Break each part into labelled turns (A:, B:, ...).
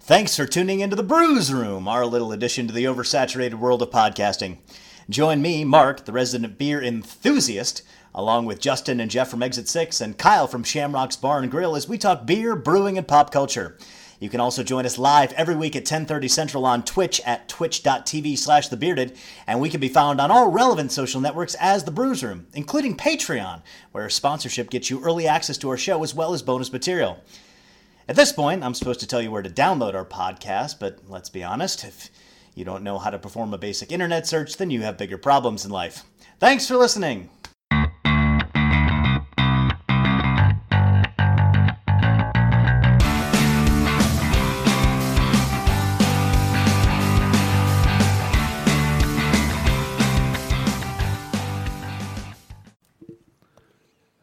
A: Thanks for tuning into the Brews Room, our little addition to the oversaturated world of podcasting. Join me, Mark, the resident beer enthusiast, along with Justin and Jeff from Exit 6 and Kyle from Shamrock's Bar and Grill as we talk beer, brewing, and pop culture. You can also join us live every week at 10:30 Central on Twitch at twitch.tv slash thebearded, and we can be found on all relevant social networks as The Brews Room, including Patreon, where sponsorship gets you early access to our show as well as bonus material. At this point, I'm supposed to tell you where to download our podcast, but let's be honest, if you don't know how to perform a basic internet search, then you have bigger problems in life. Thanks for listening.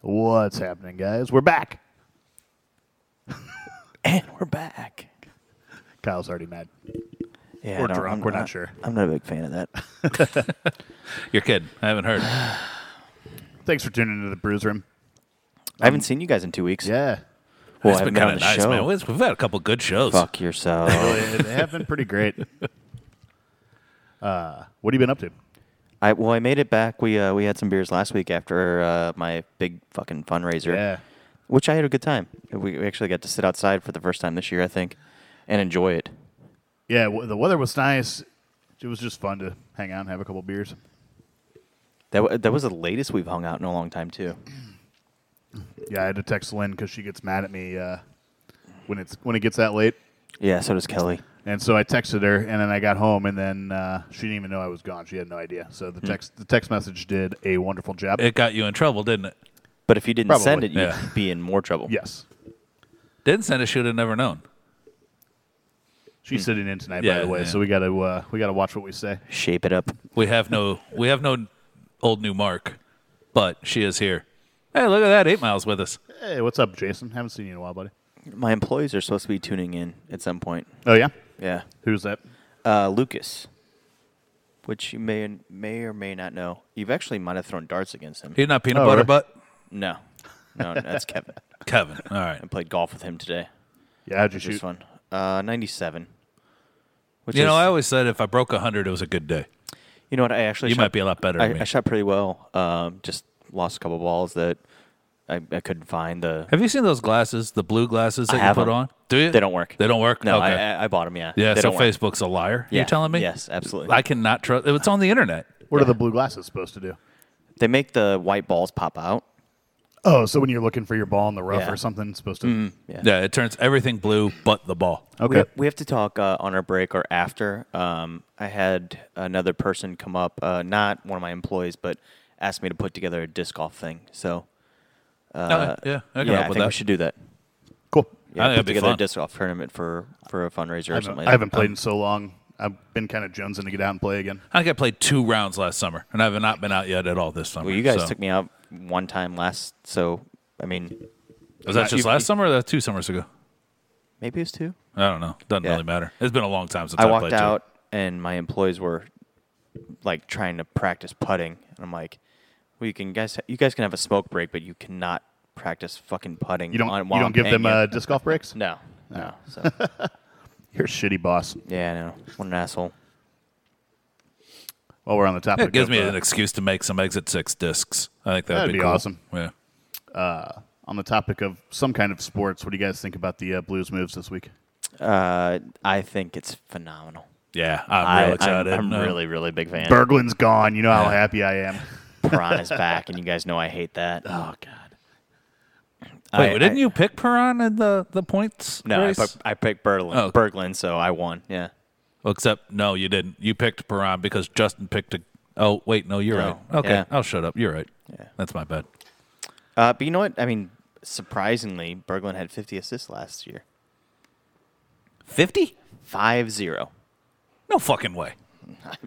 B: What's happening, guys? We're back.
C: And we're back.
B: Kyle's already mad.
C: Yeah,
B: Or
C: I don't-
B: drunk, we're not sure.
C: I'm not a big fan of that.
D: You're kidding. I haven't heard.
B: Thanks for tuning into the Brews Room.
C: I haven't seen you guys in two weeks.
B: Yeah,
C: well,
D: it's
C: I haven't been
D: been kind
C: on
D: of
C: the
D: nice,
C: show.
D: man. We've we've had a couple good shows.
C: Fuck yourself.
B: they, they have been pretty great. Uh, what have you been up to?
C: I, well, I made it back. We uh, we had some beers last week after uh, my big fucking fundraiser.
B: Yeah.
C: Which I had a good time. We, we actually got to sit outside for the first time this year, I think, and enjoy it.
B: Yeah, w- the weather was nice. It was just fun to hang out and have a couple beers.
C: That w- that was the latest we've hung out in a long time too.
B: Yeah, I had to text Lynn because she gets mad at me uh, when it's when it gets that late.
C: Yeah. So does Kelly.
B: And so I texted her, and then I got home, and then uh, she didn't even know I was gone. She had no idea. So the text the text message did a wonderful job.
D: It got you in trouble, didn't it?
C: But if you didn't send
B: Probably.
C: it, you'd
D: Yeah.
C: be in more trouble.
B: yes,
D: Didn't send it, should have never known.
B: she's sitting in tonight, by
D: Yeah,
B: the way.
D: yeah.
B: So we got to uh, we got to watch what we say.
C: Shape it up.
D: We have no we have no old new mark, but she is here. Hey, look at that. Eight miles with us.
B: Hey, what's up, Jason? Haven't seen you in a while, buddy.
C: My employees are supposed to be tuning in at some point.
B: Oh yeah,
C: Yeah.
B: who's that?
C: uh, Lucas, which you may may or may not know. You've actually might have thrown darts against him.
D: You're not peanut
B: Oh,
D: butter
B: really?
D: butt?
C: No, no, that's Kevin.
D: Kevin. All right.
C: I played golf with him today.
B: Yeah, how'd you
C: This
B: shoot?
C: one, uh, ninety-seven. Which
D: You
C: is,
D: know, I always said if I broke 100, it was a good day.
C: you know what? I actually
D: You
C: shot-
D: might be a lot better
C: I,
D: than me.
C: I shot pretty well. Um, just lost a couple balls that I, I couldn't find the.
D: Have you seen those glasses, the blue glasses that
C: I have
D: you put
C: 'em.
D: on? Do you?
C: They don't work.
D: They don't work?
C: No,
D: Okay.
C: I, I, I bought them. Yeah.
D: yeah,
C: They
D: so
C: don't work.
D: Facebook's a liar.
C: Yeah.
D: You're telling me?
C: Yes, absolutely.
D: I cannot trust. It's on the internet.
B: What are the blue glasses supposed to do?
C: They make the white balls pop out.
B: Oh, so when you're looking for your ball in the rough
C: Yeah.
B: or something, it's supposed to.
D: Yeah, it turns everything blue but the ball.
B: Okay.
C: We, we have to talk uh, on our break or after. Um, I had another person come up, uh, not one of my employees, but asked me to put together a disc golf thing. So
D: Uh, yeah, I
C: yeah,
D: can
C: I
D: help
C: think
D: with that.
C: we should do that.
B: cool.
C: Yeah,
D: I think
C: put
D: that'd be
C: together a
D: fun.
C: disc golf tournament for for a fundraiser
B: I
C: or
B: haven't,
C: something. Like
B: I haven't
C: that. Um,
B: played in so long. I've been kind of jonesing to get out and play again.
D: I think I played two rounds last summer, and I have not been out yet at all this summer.
C: Well, you guys
D: so-
C: took me out one time last, so I mean,
D: Was that just
B: you-
D: last summer or that two summers ago?
C: maybe it was two.
D: I don't know. Doesn't
C: Yeah.
D: really matter. It's been a long time since
C: I
D: I,
C: walked
D: played
C: out, and my employees were like trying to practice putting, and I'm like, "Well, you can guys, you guys can have a smoke break, but you cannot practice fucking putting."
B: You don't.
C: on,
B: you
C: while
B: don't
C: I'm
B: give
C: paying
B: them
C: you."
B: uh, disc golf breaks.
C: No, no. So
B: You're a shitty boss.
C: yeah, I know. What an asshole.
B: While we're on the
D: too.
B: topic,
D: It gives
B: of,
D: me
B: uh,
D: an excuse to make some Exit Six discs. I think that'd,
B: That'd be
D: cool.
B: awesome.
D: Yeah.
B: on the topic of some kind of sports. What do you guys think about the uh, Blues moves this week?
C: Uh, I think it's phenomenal.
D: Yeah, I'm
C: I,
D: real excited.
C: I'm,
D: No.
C: really, really big fan.
B: Berglund's gone. You know how happy I am.
C: Perron is back, and you guys know I hate that. Oh God.
D: Wait, didn't you pick Perron in the the points?
C: No, I,
D: race?
C: pu- I picked Berglund.
D: Oh.
C: Berglund, so I won. Yeah.
D: Well, Oh, except no, you didn't. You picked Perron because Justin picked a. Oh wait, no, you're
C: No.
D: right. Okay,
C: Yeah.
D: I'll shut up. You're right.
C: Yeah.
D: That's my bad.
C: Uh, but you know what? I mean, surprisingly, Berglund had 50 assists last year.
D: Fifty?
C: Five zero.
D: No fucking way.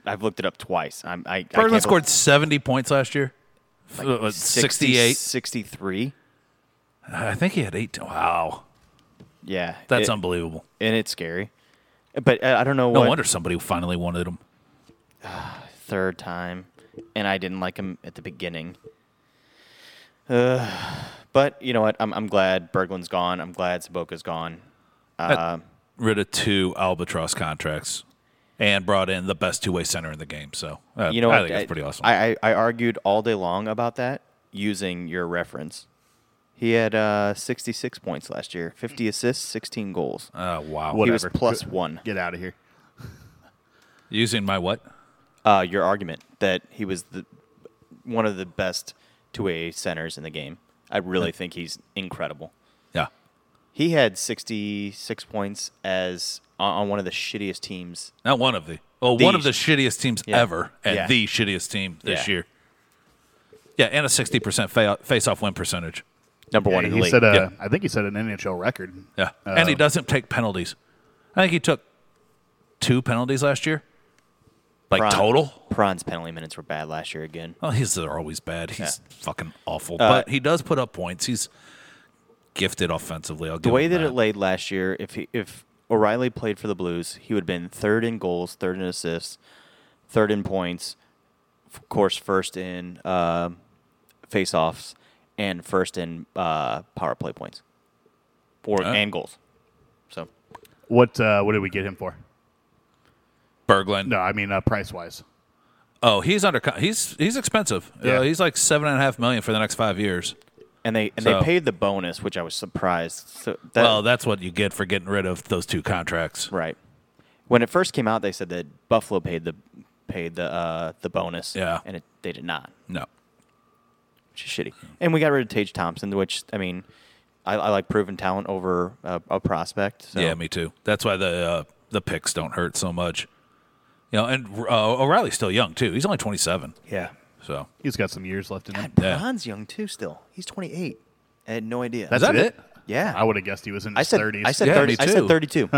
C: I've looked it up twice. I'm, I, I can't
D: Berglund
C: believe-
D: scored seventy points last year. Uh, 68.
C: 63.
D: I think he had 18. Wow.
C: Yeah.
D: That's
C: it,
D: unbelievable.
C: and it's scary. But uh, I don't know
D: No
C: what
D: wonder somebody finally wanted him.
C: third time, and I didn't like him at the beginning. Uh, but you know what? I'm, I'm glad Berglund's gone. I'm glad Saboka's gone. Uh,
D: rid of two albatross contracts and brought in the best two way center in the game. So uh,
C: You know,
D: I
C: what?
D: think that's pretty awesome.
C: I, I I argued all day long about that using your reference. He had uh, 66 points last year, 50 assists, 16 goals.
D: uh, wow.
C: he was
B: whatever.
C: plus
B: Good.
C: one.
B: Get out of here.
D: Using my what?
C: Uh, your argument that he was the one of the best two way centers in the game. I really think he's incredible.
D: Yeah.
C: He had 66 points as on, on one of the shittiest teams.
D: Not one of the. Well, one of the shittiest teams
C: Yeah.
D: ever and
C: Yeah.
D: the shittiest team this
C: Yeah.
D: year. Yeah, and a 60% fa- face off win percentage.
C: Number one
B: Yeah,
C: in the
B: he
C: league.
B: said,
D: Yeah. uh,
B: a, I think he said an NHL record. Uh,
D: Yeah. and he
C: Um,
D: doesn't take penalties. I think he took two penalties last year, like
C: Prawn-
D: total.
C: Prawn's penalty minutes were bad last year again.
D: Well, his are always bad. He's
C: Yeah. Uh,
D: fucking awful, but he does put up points. He's gifted offensively. I'll give
C: The way
D: him
C: that it laid last year, if he, if O'Reilly played for the Blues, he would have been third in goals, third in assists, third in points, of course, first in uh, faceoffs, and first in uh, power play points, or
D: Oh.
C: and goals. So
B: What uh, what did we get him for?
D: Berglund.
B: No, I mean uh, price wise.
D: Oh, he's under. con- He's he's expensive.
B: Yeah.
D: Uh, he's like seven and a half million for the next five years.
C: and they and
D: So-
C: they paid the bonus, which I was surprised. So that,
D: well, that's what you get for getting rid of those two contracts.
C: right. When it first came out, they said that Buffalo paid the paid the uh, the bonus,
D: Yeah.
C: and it, they did not.
D: No.
C: which is shitty. And we got rid of Tage Thompson, which I mean, I, I like proven talent over uh, a prospect. So.
D: Yeah, me too. That's why the uh, the picks don't hurt so much. You know, and uh, O'Reilly's still young too. He's only twenty seven.
C: yeah.
D: So
B: He's got some years left in him.
C: God,
D: Yeah.
C: Braun's young too. Still, he's 28. I had no idea.
B: That's
D: that
B: it.
D: it?
C: yeah.
B: I would have guessed he was in his
C: I said
B: 30s.
C: I said
D: Yeah,
C: 30.
D: me
C: I
D: too.
C: said 32.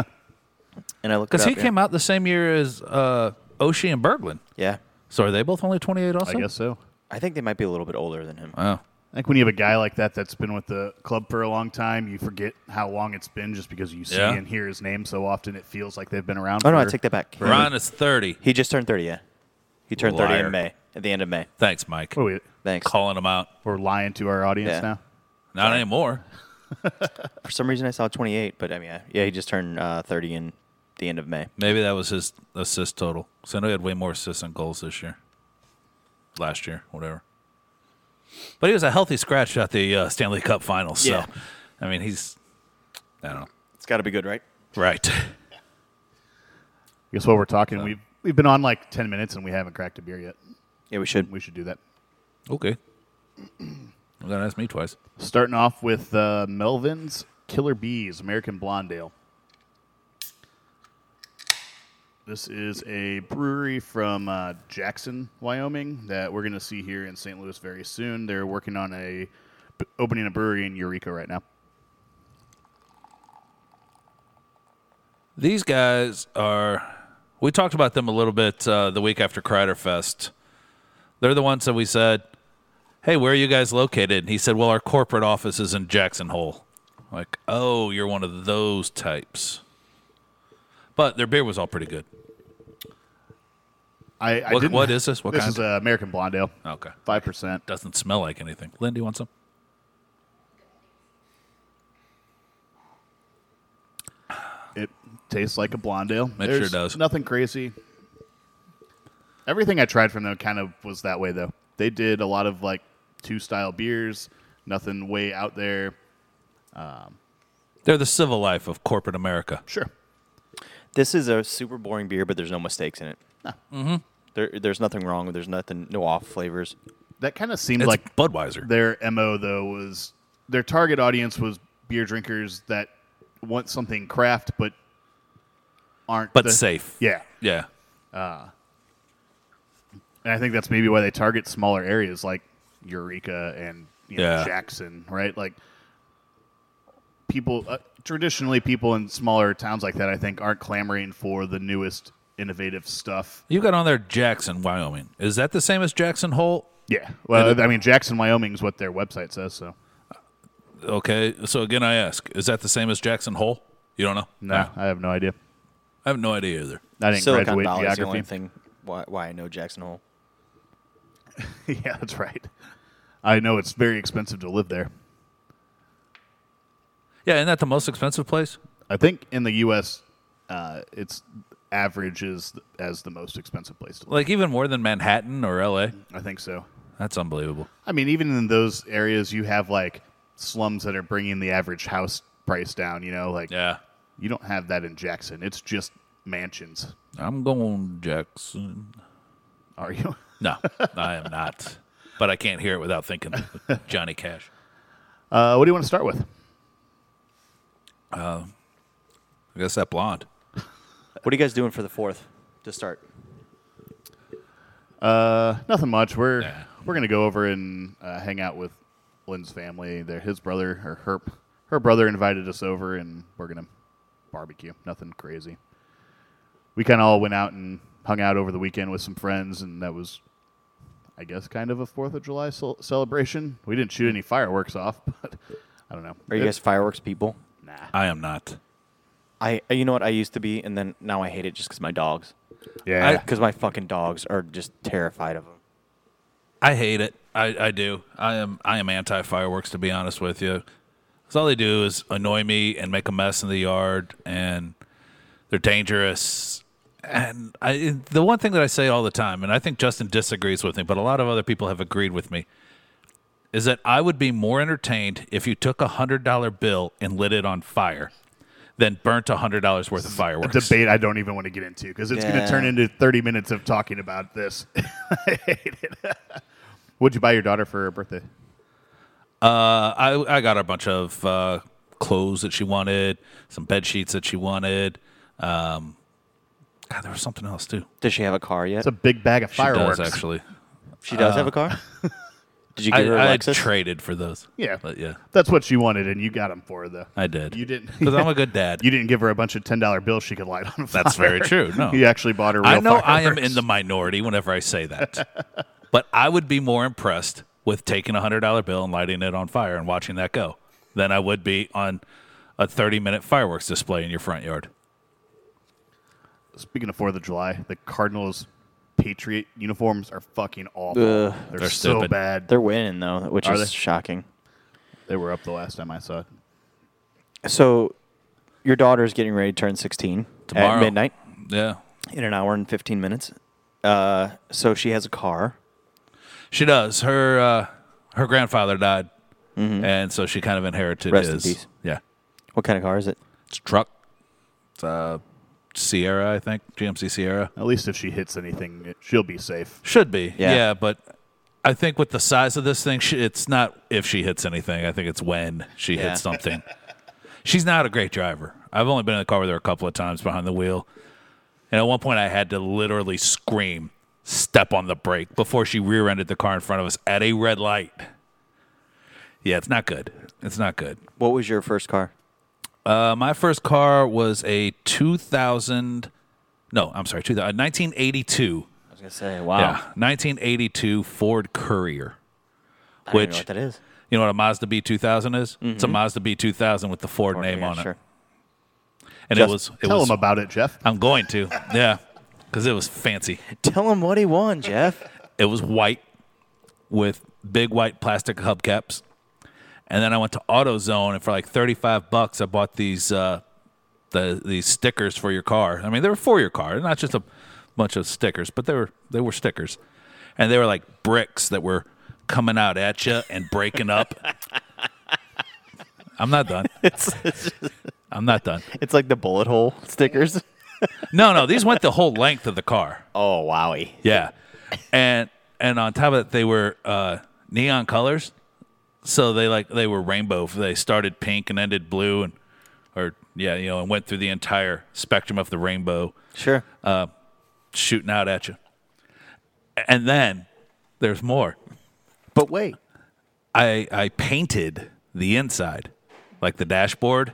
C: and I looked
D: because
C: it up,
D: he
C: yeah.
D: came out the same year as uh, Oshie and Berglund.
C: Yeah,
D: So are they both only twenty eight?
B: I
D: Also, Oh.
B: guess so.
C: I think they might be a little bit older than him.
D: Wow.
B: I think when you have a guy like that that's been with the club for a long time, you forget how long it's been just because you see
D: Yeah.
B: and hear his name so often. It feels like they've been around.
C: oh no, I
B: for-
C: take that back.
D: Ron is thirty.
C: He just turned 30. Yeah, he turned 30
D: Liar.
C: in May. At the end of May.
D: Thanks, Mike.
B: What are we,
C: Thanks.
D: Calling him out.
B: we're lying to our audience
C: Yeah.
B: now.
D: Not anymore.
C: For some reason, I saw 28, but I mean, yeah, yeah he just turned uh, 30 in the end of May.
D: Maybe that was his assist total. Because I know he had way more assists and goals this year, last year, whatever. But he was a healthy scratch at the uh, Stanley Cup Finals.
C: Yeah.
D: So, I mean, he's, I don't know.
C: It's got to be good, right?
D: Right.
B: I guess while we're talking, we've we've been on like ten minutes and we haven't cracked a beer yet.
C: Yeah, we should.
B: We should do that.
D: Okay. Well, that asked me twice.
B: Starting off with uh, Melvin's Killer Bees American Blonde Ale. This is a brewery from uh, Jackson, Wyoming, that we're going to see here in St. Louis very soon. They're working on a b- opening a brewery in Eureka right now.
D: These guys are. We talked about them a little bit uh, the week after Kreider Fest. They're the ones that we said, "Hey, where are you guys located?" And he said, "Well, our corporate office is in Jackson Hole." Like, oh, you're one of those types. But their beer was all pretty good.
B: I, I
D: What-
B: didn't-
D: what is this? What
B: this
D: kind?
B: is uh, American Blonde Ale,
D: Okay,
B: five percent.
D: doesn't smell like anything. Lynn, do you want some?
B: It tastes like a blonde ale.
D: It sure
B: There's
D: does.
B: Nothing crazy. Everything I tried from them kind of was that way though. They did a lot of like two style beers, nothing way out there.
D: They're the civil life of corporate America.
B: Sure.
C: This is a super boring beer, but there's no mistakes in it. Mm-hmm. There, there's nothing wrong. There's nothing, no off flavors.
B: That kind of seemed
D: It's
B: like
D: like Budweiser.
B: their MO though was their target audience was beer drinkers that want something craft but aren't
D: But
B: the-
D: safe.
B: Yeah.
D: Yeah,
B: And I think that's maybe why they target smaller areas like Eureka and you know,
D: Yeah.
B: Jackson, right? Like people uh, traditionally people in smaller towns like that I think aren't clamoring for the newest innovative stuff.
D: you got on there Jackson, Wyoming. Is that the same as Jackson Hole?
B: Yeah. Well,
D: And-
B: I mean Jackson, Wyoming is what their website says, so
D: Okay, so again, I ask: Is that the same as Jackson Hole? You don't know?
B: no, I have no idea.
D: I have no idea either.
B: I didn't
C: Silicon
B: graduate
C: Valley is the only
B: geography.
C: thing why, why I know Jackson Hole.
B: yeah, that's right. I know it's very expensive to live there.
D: Yeah, isn't that the most expensive place?
B: I think in the U.S. uh, it's average is as the most expensive place to live.
D: Like even more than Manhattan or LA.
B: I think so.
D: That's unbelievable.
B: I mean, even in those areas, you have like slums that are bringing the average house price down. You know, like
D: Yeah.
B: you don't have that in Jackson. It's just mansions.
D: I'm going Jackson.
B: Are you?
D: No, I am not. But I can't hear it without thinking Johnny Cash.
B: Uh, what do you want to start with?
D: I guess that blonde.
C: What are you guys doing for the fourth to start?
B: Uh, nothing much. We're
D: Nah.
B: we're gonna go over and uh, hang out with Lynn's family. There, his brother or her her brother invited us over, and we're gonna barbecue. Nothing crazy. We kind of all went out and hung out over the weekend with some friends, and that was, I guess, kind of a Fourth of July cel- celebration. We didn't shoot any fireworks off, but I don't know.
C: Are you
B: It-
C: guys fireworks people?
B: Nah.
D: I am not.
C: I you know what I used to be, and then now I hate it just because my dogs,
B: Yeah.
C: because my fucking dogs are just terrified of them.
D: I hate it. I, I do. I am I am anti fireworks to be honest with you. 'Cause all they do is annoy me and make a mess in the yard and they're dangerous. And I the one thing that I say all the time, and I think Justin disagrees with me, but a lot of other people have agreed with me, is that I would be more entertained if you took a hundred dollar bill and lit it on fire than burnt a hundred dollars worth of fireworks.
B: Debate I don't even want to get into because it's going
C: Yeah.
B: to turn into 30 minutes of talking about this. I hate it. What'd you buy your daughter for her birthday?
D: Uh, I I got her a bunch of uh, clothes that she wanted, some bed sheets that she wanted. Um, God, there was something else too.
C: Does she have a car yet?
B: It's a Uh, big bag of
D: She
B: fireworks.
D: does actually.
C: she does have a car. Did you
D: I,
C: give her a
D: I
C: Lexus?
D: traded for those.
B: Yeah.
D: but yeah,
B: That's what she wanted, and you got them for her, though.
D: I did.
B: You didn't.
D: because I'm a good dad.
B: You didn't give her a bunch of $10 bills she could light on fire.
D: That's very true. No,
B: You actually bought her real
D: I know I am
B: fireworks.
D: in the minority whenever I say that, but I would be more impressed with taking a hundred dollar bill and lighting it on fire and watching that go than I would be on a thirty minute fireworks display in your front yard.
B: Speaking of 4th of July, the Cardinals Patriot uniforms are fucking awful.
C: Ugh.
B: they're,
D: They're
B: so
D: stupid.
B: bad.
C: They're winning though, which
B: Are
C: is
B: they?
C: shocking.
B: They were up the last time I saw it.
C: So, your daughter is getting ready to turn sixteen
D: Tomorrow.
C: at midnight
D: Yeah,
C: in an hour and fifteen minutes. Uh, so she has a car.
D: She does. Her uh, her grandfather died, and so she kind of inherited
C: Mm-hmm. Rest in
D: his.
C: peace.
D: Yeah,
C: What kind of car is it?
D: it's a truck. It's a Sierra, I think GMC Sierra
B: At least if she hits anything, it- she'll be safe.
D: should be. Yeah,
C: Yeah.
D: but I think with the size of this thing, she, it's not if she hits anything. I think it's when she
C: Yeah.
D: hits something. She's not a great driver. I've only been in the car with her a couple of times behind the wheel, and at one point I had to literally scream, "Step on the brake!" before she rear-ended the car in front of us at a red light. Yeah, it's not good. It's not good.
C: What was your first car?
D: Uh, my first car was a 2000. No, I'm sorry, 2000, 1982.
C: I was gonna say, wow.
D: Yeah, 1982 Um, Ford
C: I don't
D: Courier.
C: even
D: Which
C: know what that is.
D: you know what a Mazda B2000 is? It's a Mazda B2000 with the Ford,
C: Or,
D: name
C: yeah,
D: on it,
C: sure.
D: and
C: Just
D: it was. It
B: Tell
D: was.
B: them about it, Jeff.
D: I'm going to. Yeah, because it was fancy.
C: Tell him what he won, Jeff.
D: It was white with big white plastic hubcaps. And then I went to AutoZone and for like 35 bucks I bought these uh, the these stickers for your car. I mean, they were for your car, not just a bunch of stickers, but they were they were stickers. And they were like bricks that were coming out at you and breaking up. I'm not done.
C: it's, it's, just-
D: I'm not done.
C: it's like the bullet hole stickers.
D: No, no, these went the whole length of the car.
C: Oh, wowie.
D: Yeah, and and on top of that, they were uh, neon colors, so they like they were rainbow. They started pink and ended blue, and or yeah, you know, and went through the entire spectrum of the rainbow,
C: Sure.
D: shooting out at you. And then there's more.
C: but wait.
D: I I painted the inside, like the dashboard,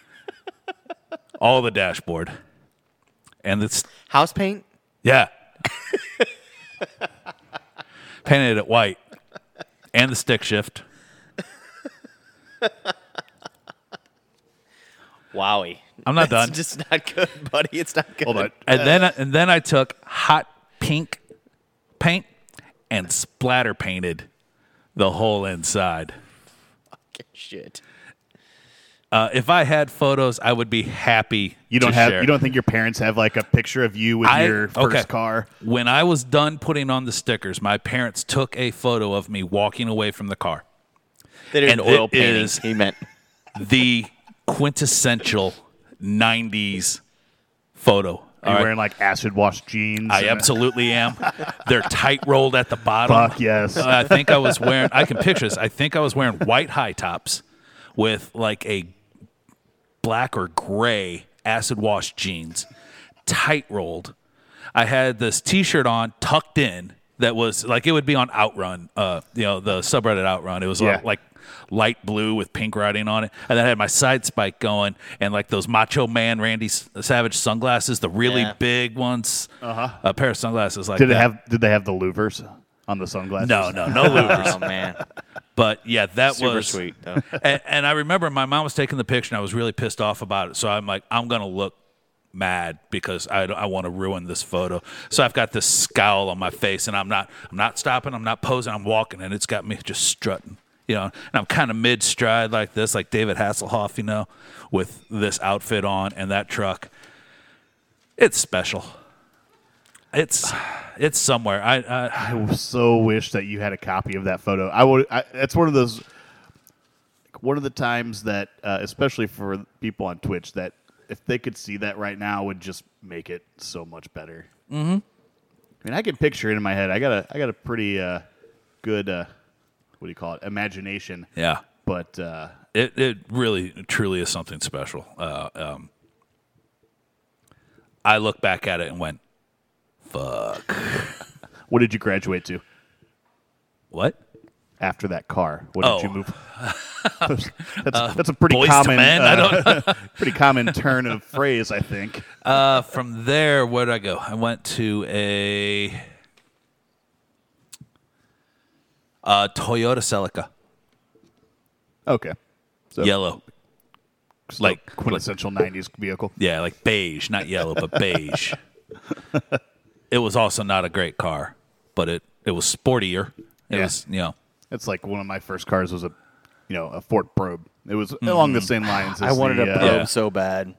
D: all the dashboard, and it's
C: House paint?
D: Yeah. Painted it white and the stick shift.
C: Wowie.
D: I'm not done.
C: It's just not good, buddy. It's not good.
B: Hold on.
D: and then and then I took hot pink paint and splatter painted the whole inside.
C: Shit.
D: Uh, if I had photos, I would be happy.
B: You don't
D: to
B: have
D: share.
B: you don't think your parents have like a picture of you with
D: I-
B: your first
D: okay.
B: car?
D: When I was done putting on the stickers, my parents took a photo of me walking away from the car.
C: They did
D: And
C: oil
D: it
C: painting.
D: is-
C: He meant
D: The quintessential '90s
B: Are
D: photo. All
B: you
D: right?
B: wearing like acid wash jeans?
D: I
B: and a-
D: absolutely am. They're tight rolled at the bottom.
B: Fuck yes.
D: Uh, I think I was wearing. I can picture this. I think I was wearing white high tops with like a black or gray acid wash jeans, tight rolled. I had this T-shirt on, tucked in. That was like it would be on Outrun, uh, you know, the subreddit Outrun. It was uh,
B: Yeah.
D: like, like light blue with pink writing on it, and then I had my side spike going, and like those Macho Man Randy S- Savage sunglasses, the really
C: Yeah.
D: big ones, uh-huh. a pair of sunglasses like
B: Did
D: that.
B: they have did they have the louvers on the sunglasses?
D: no, no, no louvers.
C: Oh man,
D: But yeah, that
C: super
D: was
C: sweet though.
D: And, and I remember my mom was taking the picture, and I was really pissed off about it. So I'm like, I'm gonna look mad because I, I want to ruin this photo. So I've got this scowl on my face, and I'm not I'm not stopping, I'm not posing, I'm walking, and it's got me just strutting, you know. And I'm kind of mid stride like this, like David Hasselhoff, you know, with this outfit on and that truck. It's special. It's it's somewhere. I, I
B: I so wish that you had a copy of that photo. I would. I, that's one of those. One of the times that, uh, especially for people on Twitch, that if they could see that right now, would just make it so much better. Mm-hmm. I mean, I can picture it in my head. I got a, I got a pretty uh, good, uh, what do you call it, imagination.
D: yeah.
B: But uh,
D: it it really truly is something special. Uh, um, I look back at it and went, "Fuck,
B: what did you graduate to
D: what?"
B: after that car? What did
D: Oh. Uh,
B: you move? that's, that's a pretty
D: Boys to
B: common,
D: men.
B: uh,
D: I don't.
B: pretty common turn of phrase, I think.
D: Uh, from there, where did I go? I went to a uh, Toyota Celica,
B: Okay. So
D: yellow.
B: So
D: Like-
B: quintessential 90s vehicle.
D: Yeah, like beige, not yellow, but beige. it was also not a great car, but it it was sportier. It
B: Yeah.
D: was you know.
B: It's like one of my first cars was a, you know, a Ford Probe. It was
D: Mm-hmm.
B: along the same lines.
C: I
B: as
C: wanted
B: the,
C: a
B: uh,
C: probe so bad.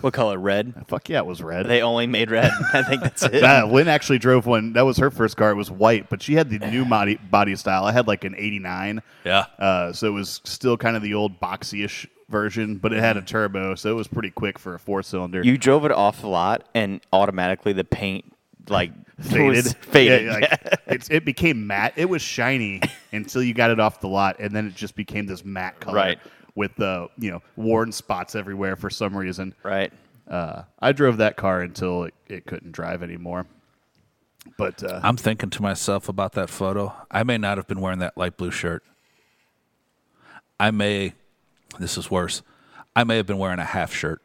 C: What color? Red.
B: Fuck yeah, it was red.
C: They only made red. I think that's it.
B: That- Lynn actually drove one. That was her first car. It was white, but she had the new body body style. I had like an '89.
D: Yeah.
B: Uh, so it was still kind of the old boxy-ish version, but it had a turbo, so it was pretty quick for a four-cylinder.
C: You drove it off a lot, and automatically the paint like
B: faded.
C: was faded.
B: Yeah, like, it's, it became matte. It was shiny until you got it off the lot, and then it just became this matte color
C: Right.
B: with uh, you know worn spots everywhere for some reason.
C: right.
B: Uh, I drove that car until it, it couldn't drive anymore. But uh,
D: I'm thinking to myself about that photo. I may not have been wearing that light blue shirt. I may, this is worse. I may have been wearing a half shirt.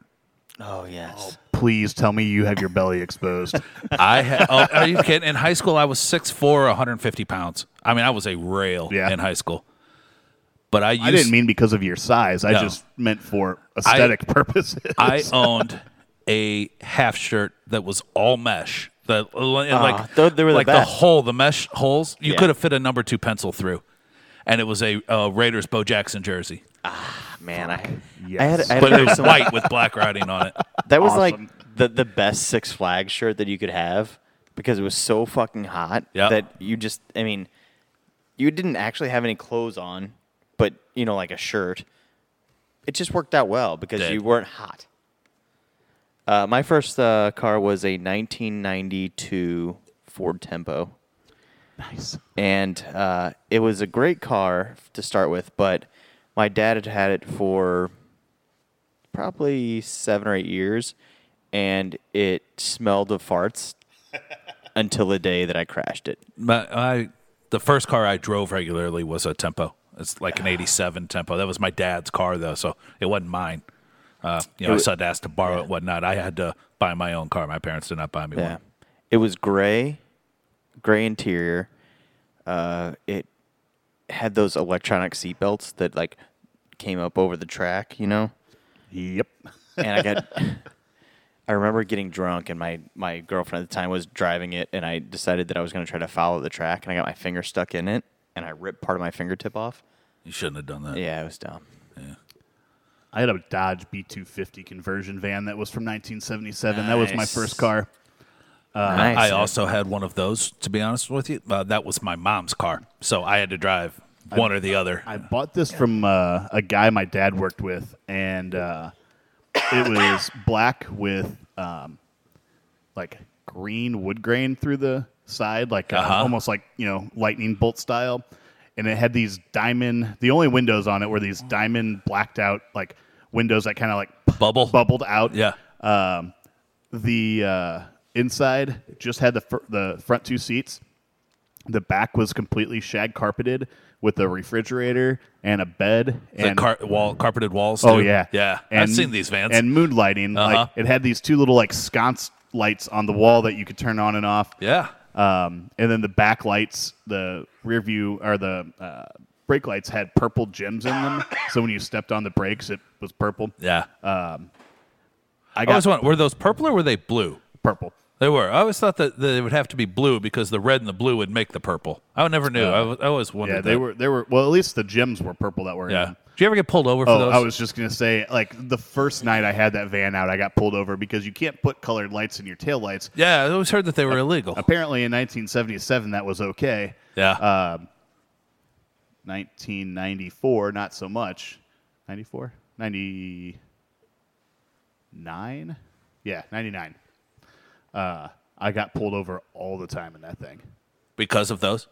C: Oh yes.
B: please tell me you have your belly exposed.
D: I ha- oh, are you kidding? In high school, I was 6'4", 150 pounds. I mean, I was a rail
B: Yeah.
D: in high school. But I used,
B: I didn't mean because of your size. I
D: No.
B: just meant for aesthetic purposes.
D: I owned a half shirt that was all mesh. The and
C: Ah,
D: like
C: tho- they were the
D: like the,
C: best.
D: hole, the mesh holes. You
C: Yeah.
D: could have fit a number two pencil through, and it was a uh, Raiders Bo Jackson jersey.
C: Man, I, I had,
B: Yes.
C: I had
D: but
C: another
D: it was
C: song-
D: white with black writing on it.
C: That was
B: Awesome.
C: like the the best Six Flags shirt that you could have because it was so fucking hot
D: Yeah.
C: that you just I mean, you didn't actually have any clothes on, but you know like a shirt. It just worked out well because
D: Did.
C: you weren't hot. Uh, my first uh, car was a 1992 Ford Tempo
B: nice.
C: and uh, it was a great car to start with. But my dad had had it for probably seven or eight years, and it smelled of farts until the day that I crashed it.
D: My, I, the first car I drove regularly was a Tempo. It's like an '87 Tempo. That was my dad's car though, so it wasn't mine. Uh, you know, I
C: was-
D: started asked to borrow it, whatnot. I had to buy my own car. My parents did not buy me
C: Yeah,
D: one.
C: it was gray, gray interior. Uh, it had those electronic seatbelts that like came up over the track, you know.
B: Yep.
C: and I got. I remember getting drunk, and my my girlfriend at the time was driving it, and I decided that I was going to try to follow the track, and I got my finger stuck in it, and I ripped part of my fingertip off.
D: You shouldn't have done that.
C: Yeah, it was dumb.
B: I had a Dodge B250 conversion van that was from 1977. That was my
C: Nice.
B: first car.
C: nice.
D: I also had one of those, to be honest with you. Uh, that was my mom's car. So I had to drive one or the other.
B: I bought this from uh, a guy my dad worked with, and uh, it was black with um, like green wood grain through the side, like uh,
D: Uh-huh.
B: almost like you know lightning bolt style. And it had these diamond. The only windows on it were these diamond blacked out like windows that kind of like
D: Bubble.
B: bubbled out.
D: Yeah.
B: Um, the uh, inside just had the fr- the front two seats. The back was completely shag carpeted with a refrigerator and a bed
D: The
B: and
D: car- wall, carpeted walls.
B: oh
D: too.
B: yeah
D: Yeah. I've
B: And-
D: seen these vans.
B: and moonlighting.
D: Uh-huh.
B: Like it had these two little like sconce lights on the wall that you could turn on and off.
D: yeah.
B: Um, and then the back lights, the rear view or the uh, brake lights had purple gems in them. so when you stepped on the brakes, it was purple.
D: Yeah.
B: I
D: I
B: Uh, got
D: was wondering, were those purple or were they blue?
B: purple.
D: They were. I always thought that they would have to be blue because the red and the blue would make the purple. I never knew. I wa- I always wondered.
B: Yeah, they
D: that.
B: were. They were. Well, at least the gems were purple that were. in
D: Yeah.
B: them.
D: Do you ever get pulled over for
B: Oh,
D: those?
B: I was just gonna say, like the first night I had that van out, I got pulled over because you can't put colored lights in your taillights.
D: yeah, I always heard that they
B: Uh,
D: were illegal.
B: Apparently, in 1977, that was okay.
D: yeah.
B: uh, 1994, not so much. 94, 99, yeah, 99. Uh, I got pulled over all the time in that thing.
D: because of those?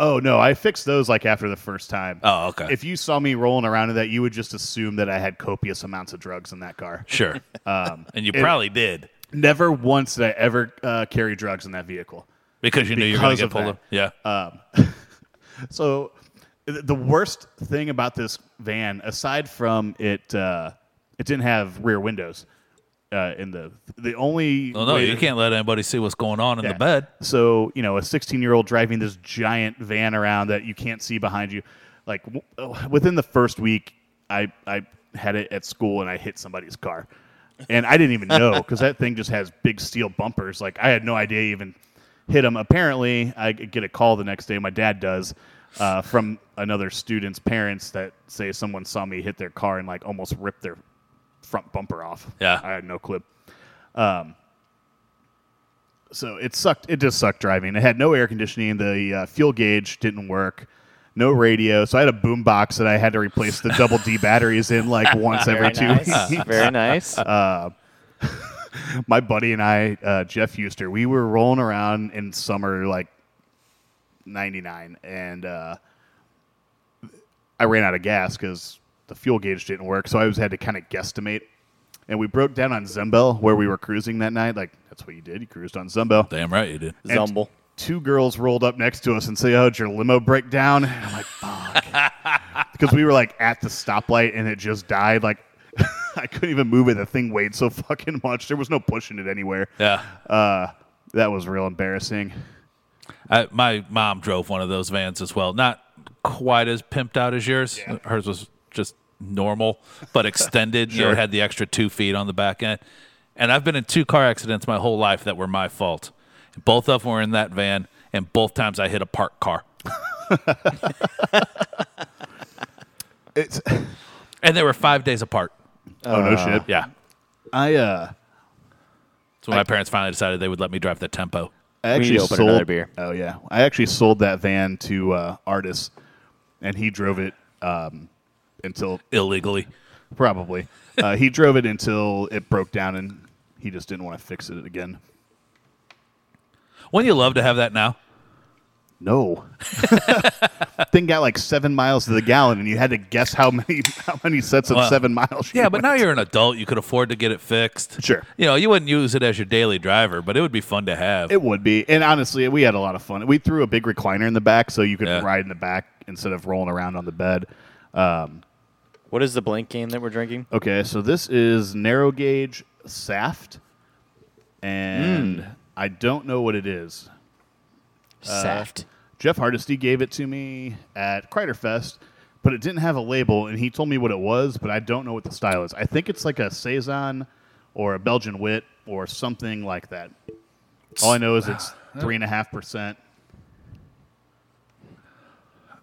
B: Oh no, I fixed those like after the first time.
D: Oh, okay.
B: If you saw me rolling around in that, you would just assume that I had copious amounts of drugs in that car.
D: Sure.
B: Um,
D: and you probably did
B: Never once did I ever uh, carry drugs in that vehicle.
D: because you knew you were going
B: because
D: to
B: of
D: get pulled
B: that. Uh,
D: over. Yeah.
B: So, th- the worst thing about this van, aside from it, uh, it didn't have rear windows. Uh, in the the only
D: well, Oh, no,
B: way
D: you
B: to-
D: can't let anybody see what's going on in
B: Yeah.
D: the bed.
B: So you know, a 16 year old driving this giant van around that you can't see behind you. Like w- oh, within the first week, I I had it at school and I hit somebody's car, and I didn't even know because that thing just has big steel bumpers. Like I had no idea I even hit them. Apparently, I g- get a call the next day. My dad does. Uh, from another student's parents that say someone saw me hit their car and like almost ripped their front bumper off.
D: Yeah.
B: I had no clue so it sucked. It just sucked driving. It had no air conditioning. The uh, fuel gauge didn't work. No radio. So I had a boom box that I had to replace the double D batteries in like once every
A: Very
B: two
A: nice.
B: weeks.
C: Very nice.
B: My buddy and I, uh, Jeff Euster, we were rolling around in summer like 99 and uh, I ran out of gas because the fuel gauge didn't work. So I always had to kind of guesstimate. And we broke down on Zembel where we were cruising that night. Like, that's what you did. You cruised on Zembel.
D: Damn right you did.
B: And
C: Zumble.
B: Two girls rolled up next to us and say, "Oh, did your limo break down?" And I'm like, "Fuck," because we were like at the stoplight and it just died. Like, I couldn't even move it. The thing weighed so fucking much. There was no pushing it anywhere.
D: Yeah.
B: Uh, that was real embarrassing.
D: I, my mom drove one of those vans as well. Not quite as pimped out as yours. Hers was just normal, but extended. You know,
B: Sure.
D: it had the extra two feet on the back end. And I've been in two car accidents my whole life that were my fault. Both of them were in that van, and both times I hit a parked car.
B: It's
D: And they were five days apart.
B: oh
C: Uh,
B: no shit.
D: Yeah.
B: I uh,
D: So my parents finally decided they would let me drive the tempo.
B: I
C: need
B: actually
C: to open
B: sold,
C: another beer.
B: Oh yeah, I actually sold that van to uh, Artis, and he drove it um, until
D: illegally.
B: Probably. Uh, he drove it until it broke down and he just didn't want to fix it again.
D: Wouldn't you love to have that now?
B: No. Thing got like seven miles to the gallon and you had to guess how many how many sets of
D: Well,
B: seven miles. you
D: Yeah, but
B: went.
D: now you're an adult. You could afford to get it fixed.
B: Sure.
D: You know, you wouldn't use it as your daily driver, but it would be fun to have.
B: It would be. And honestly, we had a lot of fun. We threw a big recliner in the back so you could
D: Yeah.
B: ride in the back instead of rolling around on the bed. Um,
C: What is the blank game that we're drinking?
B: okay, so this is narrow gauge Saft. And
D: Mm.
B: I don't know what it is.
C: Saft.
B: Jeff Hardesty gave it to me at Kreiderfest, but it didn't have a label, and he told me what it was, but I don't know what the style is. I think it's like a saison or a Belgian wit or something like that. All I know is it's three and a half percent.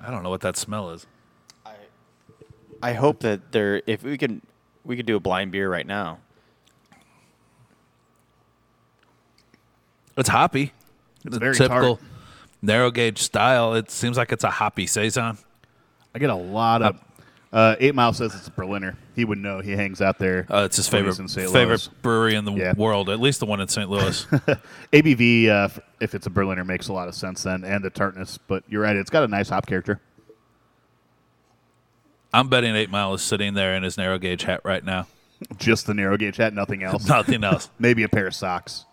D: I don't know what that smell is.
C: I hope that there, if we can We could do a blind beer right now.
D: It's hoppy.
B: It's very tart.
D: narrow gauge style. It seems like it's a hoppy saison.
B: I get a lot of. Uh, Eight Mile says it's a Berliner. He would know. He hangs out there.
D: Uh, it's his
B: when
D: favorite
B: he's in St.
D: favorite brewery in the
B: Yeah.
D: world, at least the one in St. Louis.
B: Louis. ABV, uh, f- if it's a Berliner, makes a lot of sense then, and the tartness. But you're right. It's got a nice hop character.
D: I'm betting Eight Mile is sitting there in his narrow gauge hat right now.
B: Just the narrow gauge hat, nothing else.
D: Nothing else.
B: Maybe a pair of socks.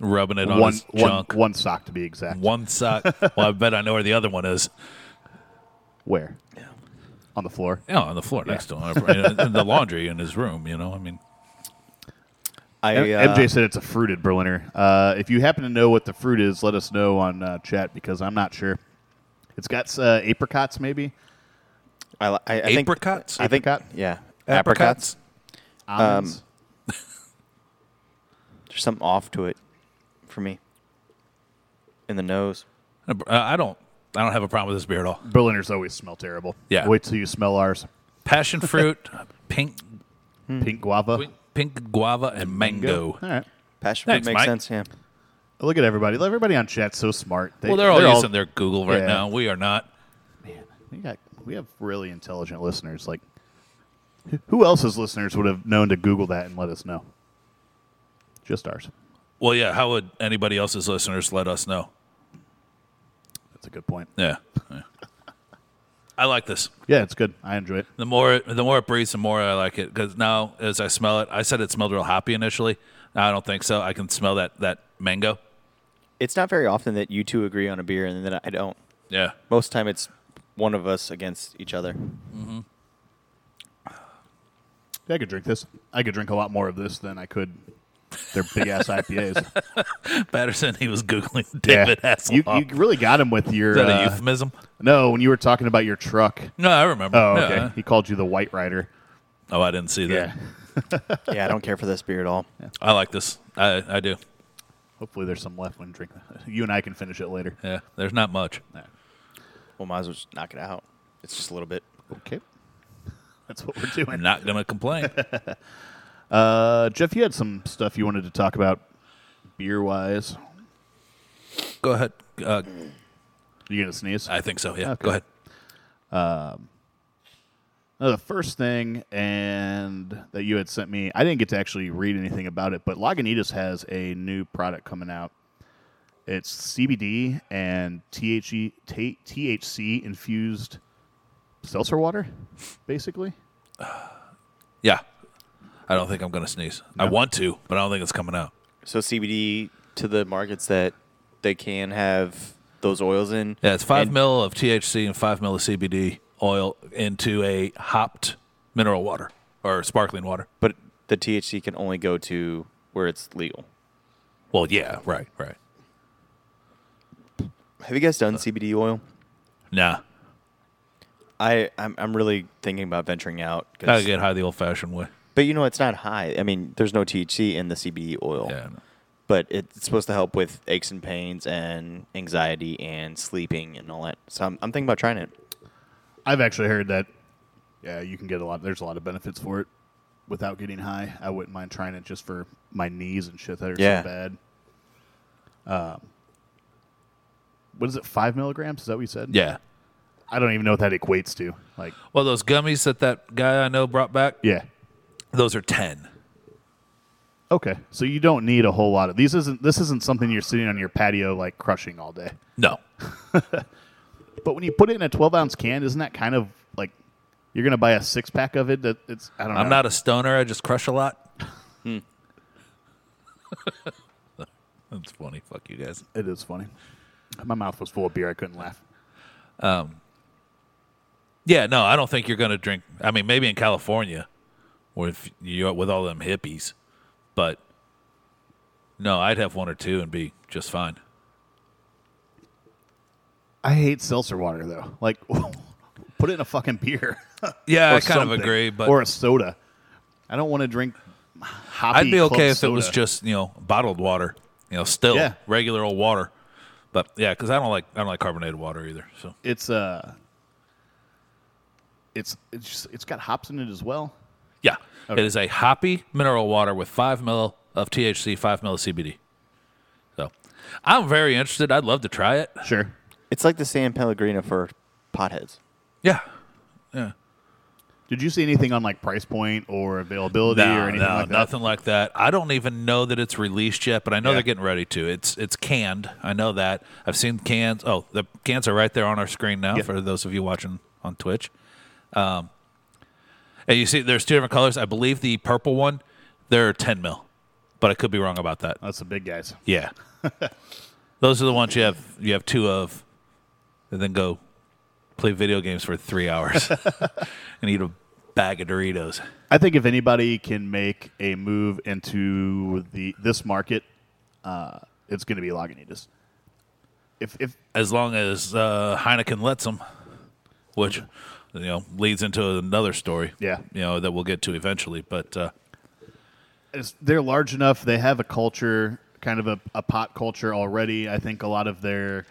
D: Rubbing it on
B: One,
D: his
B: one,
D: junk.
B: one sock to be exact.
D: One sock. well, I bet I know where the other one is.
B: Where? On the floor.
D: Yeah, on the floor next to him, in- in the laundry in his room. You know, I mean,
C: I
B: M-
C: uh,
B: MJ said it's a fruited Berliner. Uh, if you happen to know what the fruit is, let us know on uh, chat because I'm not sure. It's got uh, apricots, maybe
C: I, li- I, I think
D: apricots.
C: I think
B: Apricot?
C: yeah,
D: Apricots.
B: almonds.
C: There's something off to it for me. In the nose.
D: Uh, I don't. I don't have a problem with this beer at all.
B: Berliners always smell terrible.
D: Yeah.
B: Wait till you smell ours.
D: Passion fruit, pink,
B: Pink guava.
D: pink guava, and mango.
B: All right.
C: Passion
D: Thanks,
C: fruit makes
D: Mike.
C: sense. Yeah.
B: Look at everybody. Look, Everybody on chat's so smart. They,
D: Well, they're all using their Google right
B: yeah.
D: now. We are not.
B: We, got, we have really intelligent listeners. Like, who- who else's listeners would have known to Google that and let us know? Just ours.
D: Well, yeah. How would anybody else's listeners let us know?
B: That's a good point.
D: Yeah. yeah. I like this.
B: Yeah, it's good. I enjoy it.
D: The more it, the more it breathes, the more I like it. Because now, as I smell it, I said it smelled real hoppy initially. Now I don't think so. I can smell that that mango.
C: It's not very often that you two agree on a beer and then I don't.
D: Yeah.
C: Most time it's one of us against each other.
B: Yeah, I could drink this. I could drink a lot more of this than I could their big ass IPAs.
D: Patterson, he was googling
B: Yeah.
D: David Hasselhoff.
B: You, you really got him with your.
D: Is that a
B: uh,
D: euphemism?
B: no, when you were talking about your truck.
D: No, I remember.
B: Oh, okay.
D: Yeah.
B: He called you the White Rider.
D: Oh, I didn't see that.
B: Yeah.
C: Yeah, I don't care for this beer at all.
D: I like this. I, I do.
B: Hopefully, there's some left when drink. You and I can finish it later.
D: Yeah. There's not much.
C: Well, might as well just knock it out. It's just a little bit.
B: Okay. That's what we're
D: I'm
B: doing.
D: not gonna complain.
B: Uh, Jeff, you had some stuff you wanted to talk about beer wise.
D: Go ahead. Uh,
B: You going to sneeze?
D: I think so. Yeah.
B: Okay.
D: Go ahead.
B: Uh, the first thing and that you had sent me, I didn't get to actually read anything about it, but Lagunitas has a new product coming out. It's CBD and THC, T- THC infused seltzer water, basically.
D: Yeah. I don't think I'm gonna sneeze. I want to, but I don't think it's coming out.
C: So CBD to the markets that they can have those oils in.
D: Yeah, it's five
C: And-
D: mil of THC and five mil of CBD oil into a hopped mineral water or sparkling water.
C: But the THC can only go to where it's legal.
D: Well, yeah, right, right.
C: Have you guys done CBD oil?
D: Nah,
C: I I'm, I'm really thinking about venturing out. 'cause-
D: I get high the old-fashioned way.
C: But you know, it's not high. I mean, there's no THC in the CBD oil.
D: Yeah, I know.
C: But it's supposed to help with aches and pains and anxiety and sleeping and all that. So I'm, I'm thinking about trying it.
B: I've actually heard that, yeah, you can get a lot, there's a lot of benefits for it without getting high. I wouldn't mind trying it just for my knees and shit that are
C: Yeah.
B: so bad. Um, what is it, five milligrams? Is that what you said?
D: yeah.
B: I don't even know what that equates to. Like,
D: Well, those gummies that that guy I know brought back,
B: yeah.
D: those are ten.
B: Okay. So you don't need a whole lot of these isn't this isn't something you're sitting on your patio like crushing all day.
D: No,
B: But when you put it in a 12 ounce can, isn't that kind of like you're gonna buy a six pack of it? That it's I don't know.
D: I'm not a stoner. I just crush a lot. Hmm. That's funny. Fuck you guys.
B: It is funny. My mouth was full of beer. I couldn't laugh.
D: Yeah, no, I don't think you're gonna drink. I mean, maybe in California, with you with all them hippies, but no, I'd have one or two and be just fine.
B: I hate seltzer water though. Like, put it in a fucking beer.
D: Yeah,
B: or
D: I kind of
B: something.
D: agree, but
B: or a soda. I don't want to drink. Hoppy
D: I'd be
B: club
D: okay if it was
B: soda.
D: just you know bottled water, you know, still
B: Yeah.
D: regular old water. But yeah, because I don't like I don't like carbonated water either. So
B: it's uh it's it's just, it's got hops in it as well.
D: Yeah. It is a hoppy mineral water with 5 mil of THC, 5 mil of CBD. So I'm very interested. I'd love to try it.
B: Sure.
C: It's like the San Pellegrino for potheads.
D: Yeah.
B: Did you see anything on like price point or availability or
D: No,
B: anything
D: no,
B: like that?
D: nothing like that. I don't even know that it's released yet, but I know
B: Yeah.
D: they're getting ready to. It's it's canned. I know that. I've seen cans. Oh, the cans are right there on our screen now
B: Yeah.
D: for those of you watching on Twitch. Um, and you see, there's two different colors. I believe the purple one, they're 10 mil, but I could be wrong about that.
B: That's the big guys.
D: Yeah. Those are the ones you have you have two of, and then go play video games for three hours and eat a bag of Doritos.
B: I think if anybody can make a move into the this market, uh, it's going to be Lagunitas. If if
D: As long as uh, Heineken lets them, which you know leads into another story.
B: Yeah.
D: you know that we'll get to eventually. But uh,
B: it's, they're large enough, they have a culture, kind of a, a pot culture already. I think a lot of their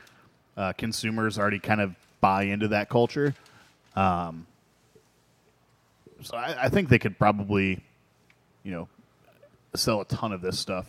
B: uh, consumers already kind of buy into that culture. Um, so I, I think they could probably, you know, sell a ton of this stuff.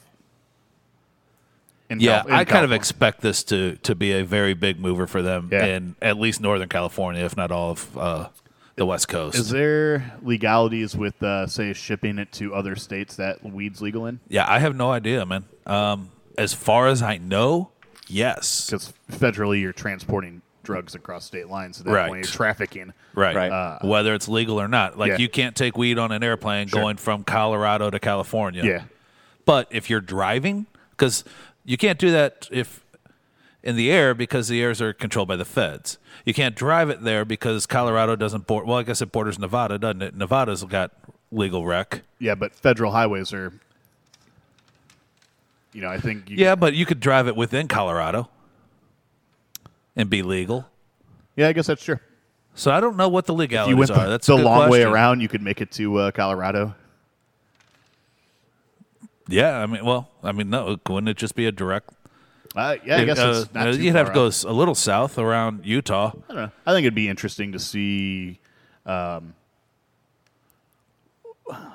B: In
D: yeah,
B: Calif- in
D: I kind of
B: California.
D: expect this to to be a very big mover for them
B: Yeah.
D: in at least Northern California, if not all of uh, the West Coast.
B: Is there legalities with, uh, say, shipping it to other states that weed's legal in?
D: Yeah, I have no idea, man. Um, as far as I know, yes.
B: Because federally, you're transporting drugs across state lines. At that
D: Right.
B: Point, you're trafficking.
D: Right. Uh,
C: Right.
D: Whether it's legal or not. Like,
B: Yeah.
D: you can't take weed on an airplane
B: Sure.
D: going from Colorado to California.
B: Yeah.
D: But if you're driving, because you can't do that if in the air because the airs are controlled by the feds. You can't drive it there because Colorado doesn't board. Well, I guess it borders Nevada, doesn't it? Nevada's got legal wreck.
B: Yeah, but federal highways are, you know, I think. You,
D: Yeah, but you could drive it within Colorado and be legal.
B: Yeah, I guess that's true.
D: So I don't know what the
B: If
D: legalities
B: you went
D: are.
B: the,
D: That's
B: the
D: a good
B: long way
D: question.
B: around, you could make it to uh, Colorado.
D: Yeah, I mean, well, I mean, no, wouldn't it just be a direct?
B: Uh, yeah, I guess
D: uh,
B: it's not
D: uh,
B: too
D: you'd
B: far
D: have to go
B: out.
D: s- a little south around Utah.
B: I don't know. I think it'd be interesting to see um,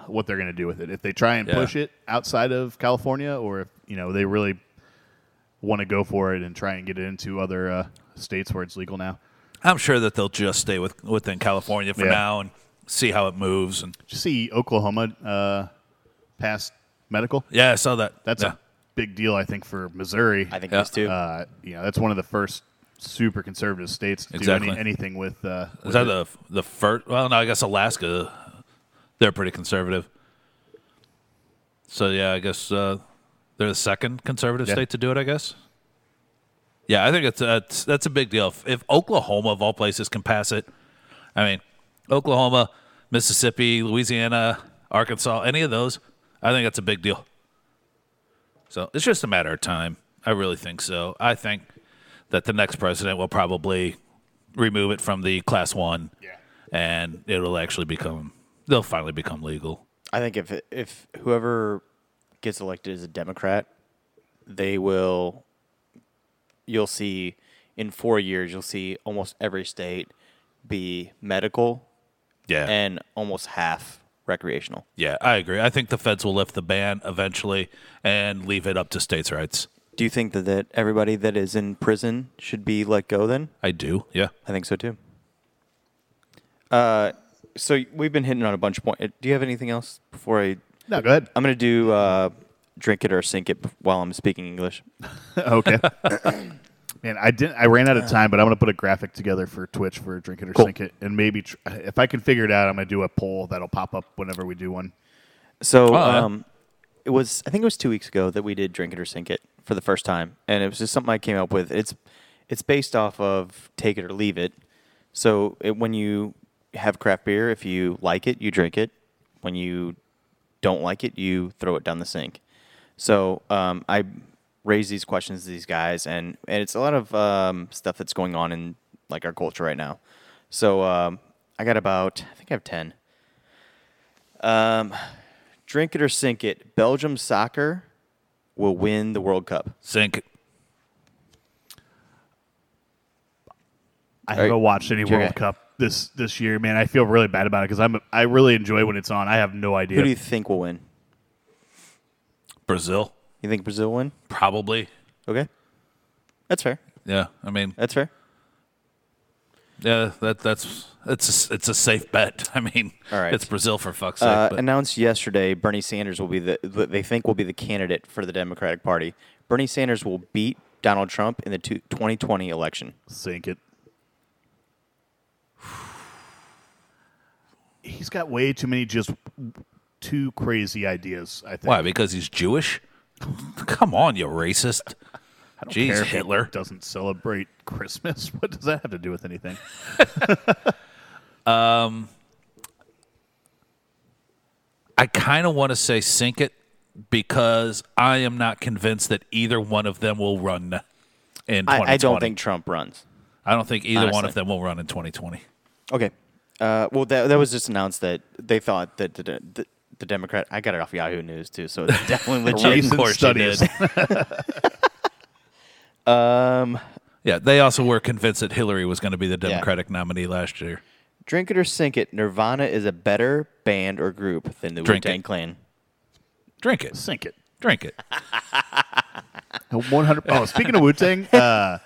B: what they're going to do with it. If they try and
D: Yeah.
B: push it outside of California, or if you know they really want to go for it and try and get it into other uh, states where it's legal now.
D: I'm sure that they'll just stay with within California for
B: Yeah.
D: now and see how it moves. And
B: Did you see Oklahoma uh, pass medical?
D: yeah, I saw that.
B: That's
D: yeah.
B: a big deal, I think, for Missouri.
C: I think
D: Yeah.
C: these two.
B: uh, you know that's one of the first super conservative states to do
D: Exactly.
B: any, anything with. Uh,
D: is
B: with
D: that
B: it.
D: the the first? Well, no, I guess Alaska. They're pretty conservative. So yeah, I guess uh, they're the second conservative
B: Yeah.
D: state to do it. I guess. Yeah, I think it's that's that's a big deal. If, if Oklahoma of all places can pass it, I mean, Oklahoma, Mississippi, Louisiana, Arkansas, any of those, I think that's a big deal. So it's just a matter of time. I really think so. I think that the next president will probably remove it from the class one,
B: Yeah.
D: and it'll actually become they'll finally become legal.
C: I think if if whoever gets elected as a Democrat, they will. You'll see in four years, you'll see almost every state be medical
D: Yeah,
C: and almost half recreational.
D: yeah, I agree. I think the feds will lift the ban eventually and leave it up to states' rights.
C: Do you think that, that everybody that is in prison should be let go then?
D: I do. Yeah.
C: I think so too. Uh, so we've been hitting on a bunch of points. Do you have anything else before I?
B: No, go ahead.
C: I'm gonna do uh, drink it or sink it while I'm speaking English.
B: okay. Man, I didn't. I ran out of time, but I'm gonna put a graphic together for Twitch for Drink It or Sink It, and maybe tr- if I can figure it out, I'm gonna do a poll that'll pop up whenever we do one.
C: So
D: yeah.
C: um, it was. I think it was two weeks ago that we did drink it or sink it for the first time, and it was just something I came up with. It's it's based off of take it or leave it. So it, when you have craft beer, if you like it, you drink it. When you don't like it, you throw it down the sink. So um, I raise these questions to these guys, and, and it's a lot of um, stuff that's going on in like our culture right now. So um, I got about, I think I have ten. Um, drink it or sink it. Belgium soccer will win the World Cup.
D: Sink.
B: I
C: right.
B: haven't watched any
C: Okay.
B: World Cup this this year, man. I feel really bad about it because I'm I really enjoy when it's on. I have no idea.
C: Who do you think will win?
D: Brazil,
C: You think Brazil win?
D: probably.
C: Okay, that's fair.
D: Yeah, I mean,
C: That's fair.
D: yeah, that that's it's a, it's a safe bet. I mean,
C: All right.
D: it's Brazil for fuck's sake.
C: Uh,
D: but
C: announced yesterday, Bernie Sanders will be the th- they think will be the candidate for the Democratic Party. Bernie Sanders will beat Donald Trump in the two- 2020 election.
B: Sink it. He's got way too many just too crazy ideas. I think.
D: why? Because he's Jewish. Come on, you racist.
B: I don't
D: Jeez,
B: care if he
D: Hitler.
B: doesn't celebrate Christmas. What does that have to do with anything?
D: I kind of want to say sink it because I am not convinced that either one of them will run in 2020.
C: I, I don't think Trump runs.
D: I don't think either one
C: honestly.
D: of them will run in 2020.
C: Okay. Uh, well, that, that was just announced that they thought that the, the, the Democrat. I got it off Yahoo News too, so it's definitely legit.
B: Recent
D: course you
B: studies.
D: did.
C: Um,
D: Yeah, they also were convinced that Hillary was going to be the Democratic nominee last year.
C: Drink it or sink it. Nirvana is a better band or group than the Wu
D: Drink it.
C: Tang Clan.
D: Drink it.
B: Sink it.
D: Drink it.
B: One hundred. Oh, speaking of Wu Tang, uh,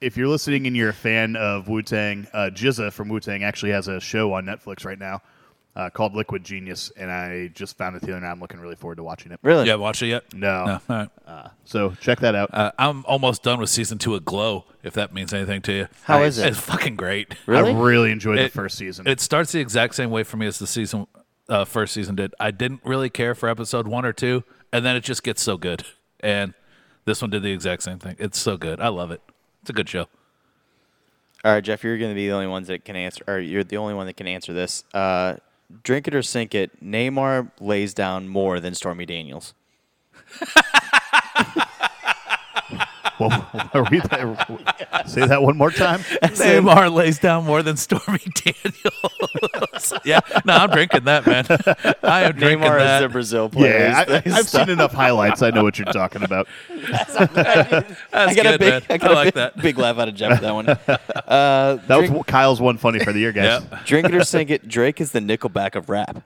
B: if you're listening and you're a fan of Wu Tang, uh, Jizza from Wu Tang actually has a show on Netflix right now uh, called Liquid Genius, and I just found it the other night. I'm looking really forward to watching it.
C: Really?
D: You haven't watched it yet?
B: No.
D: No. All right.
B: So check that out.
D: Uh, I'm almost done with season two of Glow, if that means anything to you.
C: How is it?
D: It's fucking great.
C: Really?
B: I really enjoyed the
D: It-
B: first season.
D: It starts the exact same way for me as the season uh, first season did. I didn't really care for episode one or two, and then it just gets so good. And this one did the exact same thing. It's so good. I love it. It's a good show.
C: All right, Jeff, you're going to be the only ones that can answer, or you're the only one that can answer this. Uh, drink it or sink it. Neymar lays down more than Stormy Daniels.
B: Well, are we there? Say that one more time.
D: Neymar lays down more than Stormy Daniels. yeah, no, I'm drinking that, man. I am drinking
C: Neymar is
D: that.
C: the Brazil player.
B: Yeah, I,
C: He's-
B: have seen enough highlights. I know what you're talking about.
D: That's
C: I got
D: good,
C: a big,
D: man. I,
C: got a
D: like
C: big,
D: that.
C: big laugh out of Jeff for that one.
B: That was Kyle's one funny for the year, guys.
D: Yep.
C: Drink it or sink it. Drake is the Nickelback of rap.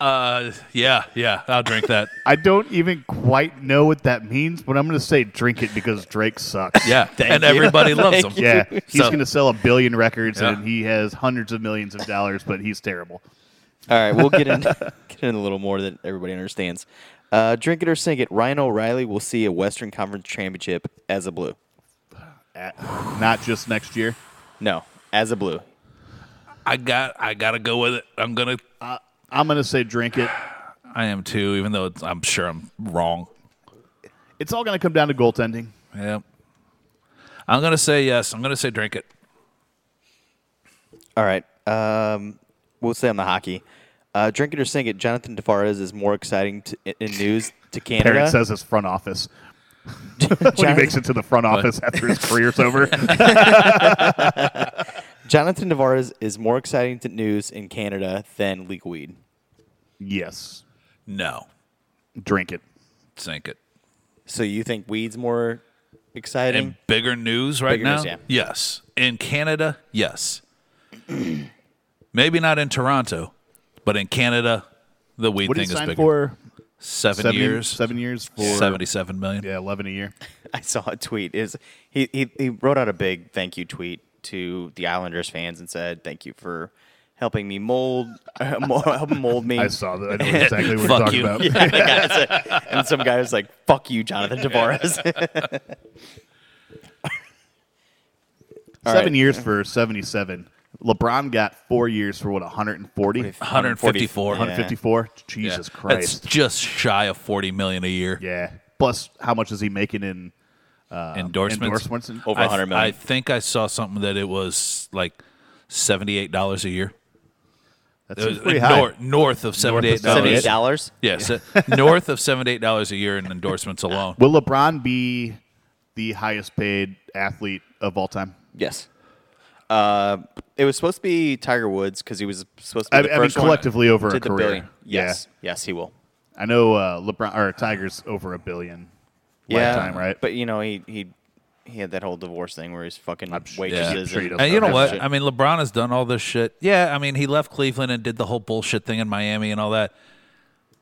D: Uh, yeah, yeah, I'll drink that.
B: I don't even quite know what that means, but I'm going to say drink it because Drake sucks.
D: Yeah, and everybody loves them.
C: Thank you.
B: Yeah, he's
D: So-
B: going to sell a billion records
D: Yeah.
B: and he has hundreds of millions of dollars, but he's terrible.
C: All right, we'll get in get in a little more that everybody understands. Uh, drink it or sink it. Ryan O'Reilly will see a Western Conference championship as a blue.
B: At- Uh, not just next year.
C: No, as a blue.
D: I got, I gotta go with it. I'm gonna,
B: I'm going to say drink it.
D: I am too. Even though it's, I'm sure I'm wrong.
B: It's all going to come down to goaltending.
D: Yeah, I'm gonna say yes. I'm gonna say drink it.
C: All right, um, we'll stay on the hockey. Uh, drink it or sink it. Jonathan Tavares is more exciting to, in- in news to Canada.
B: Parent says his front office. When he
C: Jonathan-
B: makes it to the front office after his career's over.
C: Jonathan Tavares is more exciting to news in Canada than league weed.
B: yes.
D: No,
B: Drink it.
D: sink it.
C: So you think weed's more exciting?
D: And bigger news right
C: Bigger
D: now.
C: news, yeah.
D: Yes, in Canada, yes. Maybe not in Toronto, but in Canada, the weed
B: What did
D: thing
B: he
D: is
B: sign
D: bigger.
B: for?
D: Seven,
B: Seven
D: years,
B: Seven years for
D: seventy-seven million.
B: Yeah, eleven a year.
C: I saw a tweet. Is he, he he wrote out a big thank you tweet to the Islanders fans and said, "Thank you for helping me mold, uh, mo- helping mold me."
B: I saw that. I know exactly what you're
D: Fuck
B: talking
D: you.
B: about.
C: Yeah, the guy said, and some guy was like, "Fuck you, Jonathan Tavares."
B: Seven
C: right.
B: years for seventy-seven. LeBron got four years for what 140,
D: 154.
C: Yeah.
B: 154. Jesus
D: Yeah.
B: Christ.
D: That's just shy of 40 million a year
B: yeah. Plus, how much is he making in
D: endorsements. Oh,
B: endorsements? and-
C: Over
D: I,
C: 100 million.
D: I think I saw something that it was like $78 a year.
B: That's
D: It was
B: pretty high.
D: Uh, nor- north of $78.
C: Seventy
B: Seventy-eight
D: dollars.
C: dollars.
D: Yes, uh, north of $78 a year in endorsements alone.
B: Will LeBron be the highest-paid athlete of all time?
C: Yes. Uh, it was supposed to be Tiger Woods because he was supposed to
B: I,
C: be the
B: I mean,
C: first one
B: collectively over
C: to
B: a
C: the
B: career.
C: billion. Yes, yes, he will.
B: Yeah. I know uh, LeBron or Tiger's over a billion lifetime, right?
C: But you know, he he he had that whole divorce thing where he's fucking
B: sh-
C: waitresses.
B: yeah, I'm sure he
C: and-
B: doesn't
D: And you know
B: That's
D: what?
C: shit.
D: I mean, LeBron has done all this shit. Yeah, I mean, he left Cleveland and did the whole bullshit thing in Miami and all that.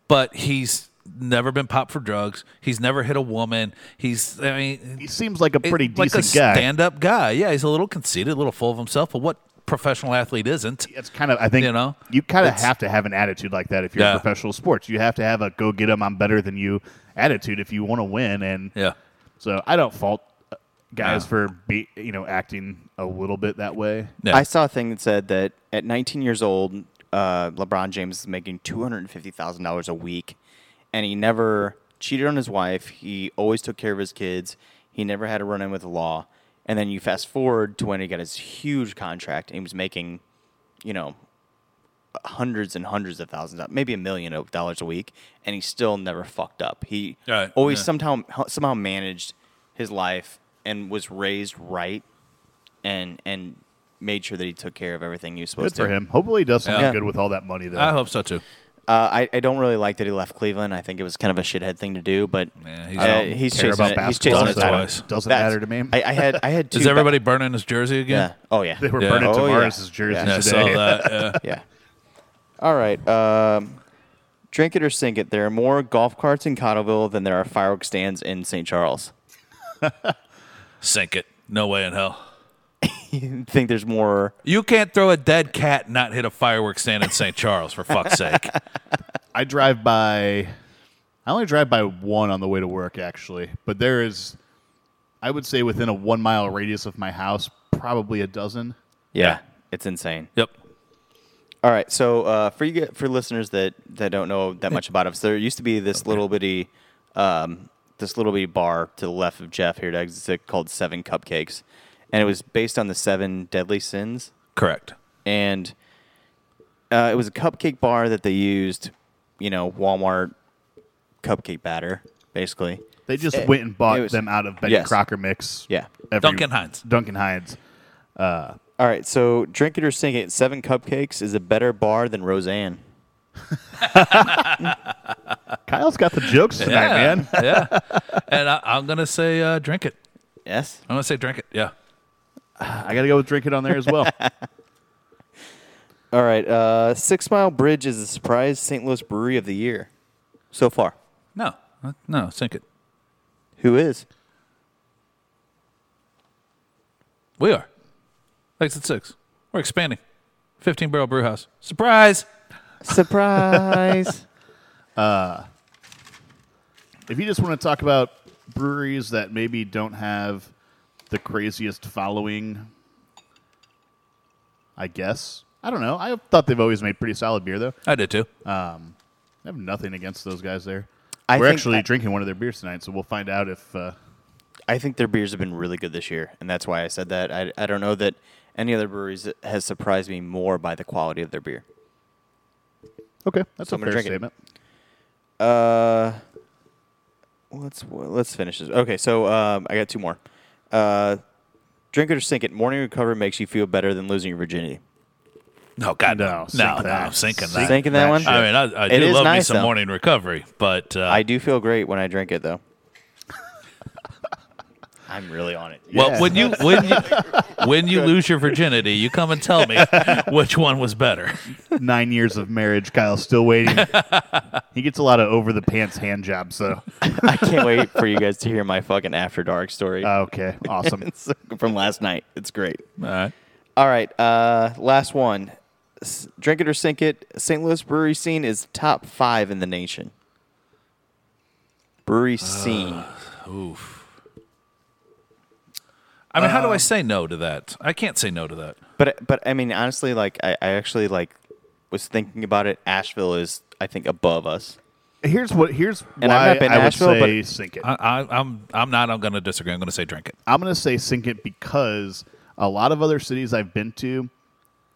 D: But he's never been popped for drugs. He's never hit a woman. He's, I mean,
B: He seems like a
D: it-
B: pretty
D: like
B: decent
D: a
B: guy.
D: stand-up guy. Yeah, he's a little conceited, a little full of himself. But what professional athlete isn't?
B: it's kind of I think
D: You
B: you
D: know?
B: kind of
D: It's-
B: have to have an attitude like that if you're
D: Yeah.
B: in professional sports. You have to have a go get 'em, I'm better than you attitude if you want to win. And
D: Yeah,
B: so I don't fault uh, guys
D: No.
B: for be, you know acting a little bit that way.
D: Yeah.
C: I saw a thing that said that at 19 years old, uh, LeBron James is making $250,000 a week, and he never cheated on his wife. He always took care of his kids. He never had a run in with the law. And then you fast forward to when he got his huge contract, and he was making, you know, hundreds and hundreds of thousands, of- maybe a million of dollars a week, and he still never fucked up. He
D: Right,
C: always
D: yeah.
C: somehow somehow managed his life and was raised right and and made sure that he took care of everything he
B: Good
C: was supposed
B: for
C: to.
B: him. Hopefully he does something
D: Yeah.
B: good with all that money though.
D: I hope so too.
C: Uh, I, I don't really like that he left Cleveland. I think it was kind of a shithead thing to do, but
D: Yeah, he's-
C: uh,
D: I don't
C: he's
B: care
C: chasing
B: about
C: it. He's
B: basketball.
C: chasing
D: That's
C: his title.
D: why.
B: so it doesn't
C: That's-
B: matter to me.
C: I, I had I had two.
D: Is everybody burning his jersey
C: yeah.
D: again?
C: Oh yeah.
B: they were
D: Yeah.
B: burning
C: Oh, yeah.
B: Tavares' jersey
C: Yeah.
D: Yeah, I
B: today.
D: saw that. Yeah.
C: yeah. All right. Um, drink it or sink it. There are more golf carts in Cottleville than there are fireworks stands in St. Charles.
D: Sink it. No way in hell.
C: You think there's more?
D: You can't throw a dead cat and not hit a fireworks stand in St. Charles for fuck's sake.
B: I drive by. I only drive by one on the way to work, actually. But there is, I would say, within a one mile radius of my house, probably a dozen.
C: Yeah, it's insane.
D: Yep.
C: All right, so uh, for you for listeners that, that don't know that much about us, there used to be this little bitty, um, this little bitty bar to the left of Jeff here at Exit Six called Seven Cupcakes, and it was based on the seven deadly sins,
D: Correct.
C: and uh, it was a cupcake bar that they used, you know, Walmart cupcake batter, basically.
B: They just
C: It-
B: went and bought
C: Eh, it was-
B: them out of Betty
C: yes.
B: Crocker mix.
C: Yeah.
B: every-
D: Duncan Hines.
B: Duncan Hines.
C: All right, so drink it or sink it. Seven Cupcakes is a better bar than Roseanne.
B: Kyle's got the jokes tonight,
D: yeah.
B: man.
D: yeah. And I, I'm gonna say uh, drink it.
C: Yes.
D: I'm gonna say drink it. Yeah.
B: I gotta go with drink it on there as well.
C: All right. Uh, Six Mile Bridge is the surprise St. Louis Brewery of the Year so far.
D: No. Uh, No. Sink it.
C: Who is?
D: We are. Exit six. We're expanding. 15 barrel brew house. Surprise.
C: Surprise.
B: if you just want to talk about breweries that maybe don't have the craziest following, I guess. I don't know. I thought they've always made pretty solid beer, though.
D: I did too.
B: Uh, I have nothing against those guys there.
C: I
B: We're
C: think
B: actually
C: that-
B: drinking one of their beers tonight, so we'll find out if. Uh,
C: I think their beers have been really good this year, and that's why I said that. I, I don't know that any other breweries has surprised me more by the quality of their beer.
B: okay, that's a
C: So I'm gonna
B: fair
C: drink it.
B: statement.
C: Uh, let's let's finish this. Okay, so um, I got two more. Uh, drink it or sink it. Morning recovery makes you feel better than losing your virginity.
D: No, God,
B: No,
D: no,
B: sink
D: no, no,
B: that.
D: I'm sinking
B: Sink
D: that.
C: Sinking that,
B: that
C: one.
B: shit.
D: I mean, I, I
C: It
D: do
C: is
D: love me
C: nice,
D: some
C: though.
D: morning recovery, but uh,
C: I do feel great when I drink it, though. I'm really on it.
D: well,
B: Yeah.
D: when you when you when you lose your virginity, you come and tell me which one was better.
B: Nine years of marriage, Kyle's still waiting. he gets a lot of over the pants hand jobs, so
C: I can't wait for you guys to hear my fucking after dark story
B: okay, awesome.
C: It's Uh, from last night. It's great.
D: All right.
C: All right, uh, last one. S- drink it or sink it. St. Louis brewery scene is top five in the nation. Brewery scene.
D: I mean, how do I say no to that? I can't say no to that.
C: But but I mean, honestly, like I, I actually like was thinking about it. Asheville is I think above us.
B: Here's what. Here's
C: And I've
B: why
C: not been
B: I would
C: Nashville,
B: say sink it.
D: I, I, I'm I'm not. I'm going to disagree. I'm going to say drink it.
B: I'm going to say sink it because a lot of other cities I've been to,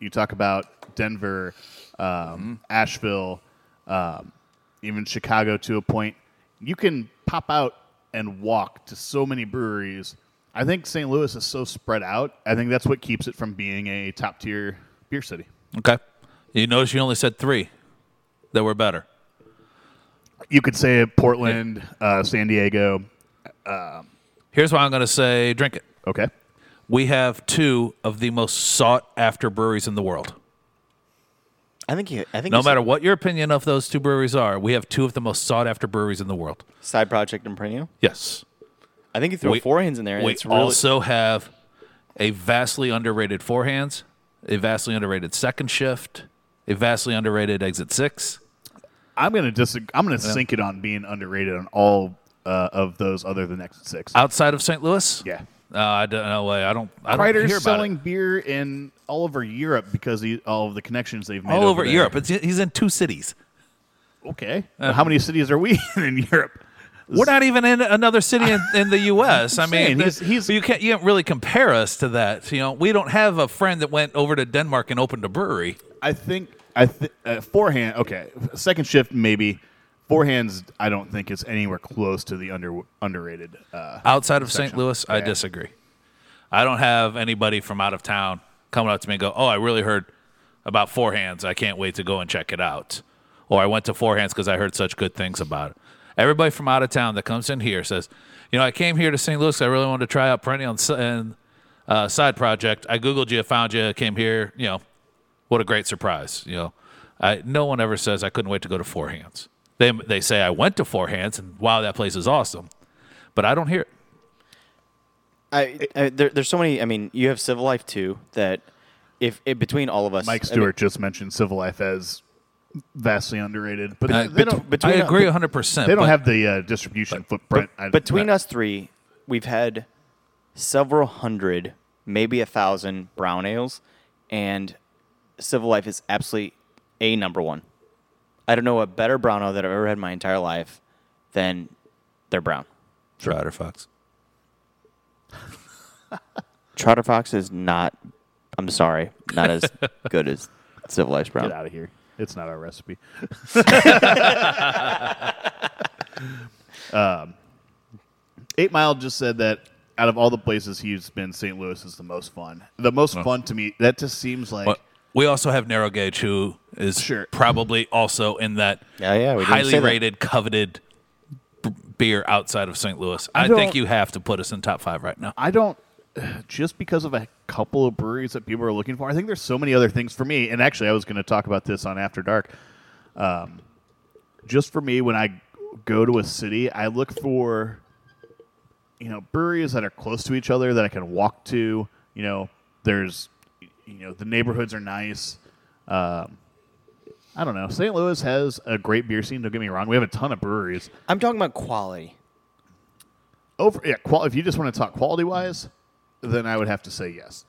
B: you talk about Denver, um, Asheville, um, even Chicago to a point, you can pop out and walk to so many breweries. I think St. Louis is so spread out. I think that's what keeps it from being a top tier beer city.
D: Okay. You notice you only said three that were better.
B: You could say Portland, uh, San Diego,
D: Here's why I'm going to say drink it.
B: Okay.
D: We have two of the most sought after breweries in the world.
C: I think you. I think
D: No
C: you said
D: matter what your opinion of those two breweries are, we have two of the most sought after breweries in the world.
C: side project and premium.
D: Yes.
C: I think you throw
D: We-
C: four hands in there. And
D: We
C: it's really,
D: also have a vastly underrated forehands, a vastly underrated second shift, a vastly underrated exit six.
B: I'm gonna dis- I'm gonna sink it on being underrated on all uh, of those other than next six.
D: Outside of St. Louis?
B: yeah.
D: Uh, I don't know. I don't. I don't hear
B: Writers
D: about
B: selling
D: it.
B: beer in all over Europe because he, all of the connections they've made
D: all over
B: there.
D: Europe. Uh, It's, he's in two cities.
B: Okay. How many cities are we in in Europe?
D: We're not even in another city in, in the U.S. I mean,
B: saying,
D: this-
B: he's- he's-
D: you can't you can't really compare us to that. You know, we don't have a friend that went over to Denmark and opened a brewery.
B: I think I th- uh, forehand. Okay, second shift maybe. Forehands, I don't think it's anywhere close to the under underrated. Uh,
D: Outside of St.
B: Section.
D: Louis, I
B: Yeah.
D: disagree. I don't have anybody from out of town coming up to me and go, "Oh, I really heard about Four Hands. I can't wait to go and check it out." Or I went to Four Hands because I heard such good things about it. Everybody from out of town that comes in here says, "You know, I came here to St. Louis. 'cause I really wanted to try out Perennial and, S- and uh, Side Project. I googled you, found you, came here. You know, what a great surprise. You know, I, no one ever says I couldn't wait to go to Four Hands. They they say I went to Four Hands and wow, that place is awesome, but I don't hear it.
C: I, I, there, there's so many. I mean, you have Civil Life too. That if, if between all of us,
B: Mike
C: I mean,
B: Stewart just mentioned Civil Life as vastly underrated, but
D: Uh,
B: they
D: bet-
B: don't.
D: I
C: between-
D: agree 100. percent
B: They don't have the uh, distribution footprint. I-
C: between
B: uh,
C: us three, we've had several hundred, maybe a thousand brown ales, and Civil Life is absolutely a number one. I don't know a better brown ale that I've ever had in my entire life than their brown.
D: Trotter Fox.
C: Trotter Fox is not. I'm sorry, not as good as Civil Life's brown.
B: get out of here. It's not our recipe. um, Um, Eight Mile just said that out of all the places he's been, St. Louis is the most fun. The most fun to me. That just seems like
D: But we also have Narrow Gauge, who is
B: Sure.
D: probably also in that
C: Yeah, yeah, we didn't
D: highly
C: say that.
D: rated, coveted b- beer outside of St. Louis. I,
B: don't-
D: think you have to put us in top five right now.
B: I don't. Just because of a couple of breweries that people are looking for, I think there's so many other things for me. And actually, I was going to talk about this on After Dark. Um, just for me, when I go to a city, I look for you know breweries that are close to each other that I can walk to. You know, there's you know the neighborhoods are nice. Um, I don't know. St. Louis has a great beer scene. Don't get me wrong. We have a ton of breweries.
C: I'm talking about quality.
B: Over, yeah. Qual- if you just want to talk quality wise, then I would have to say yes.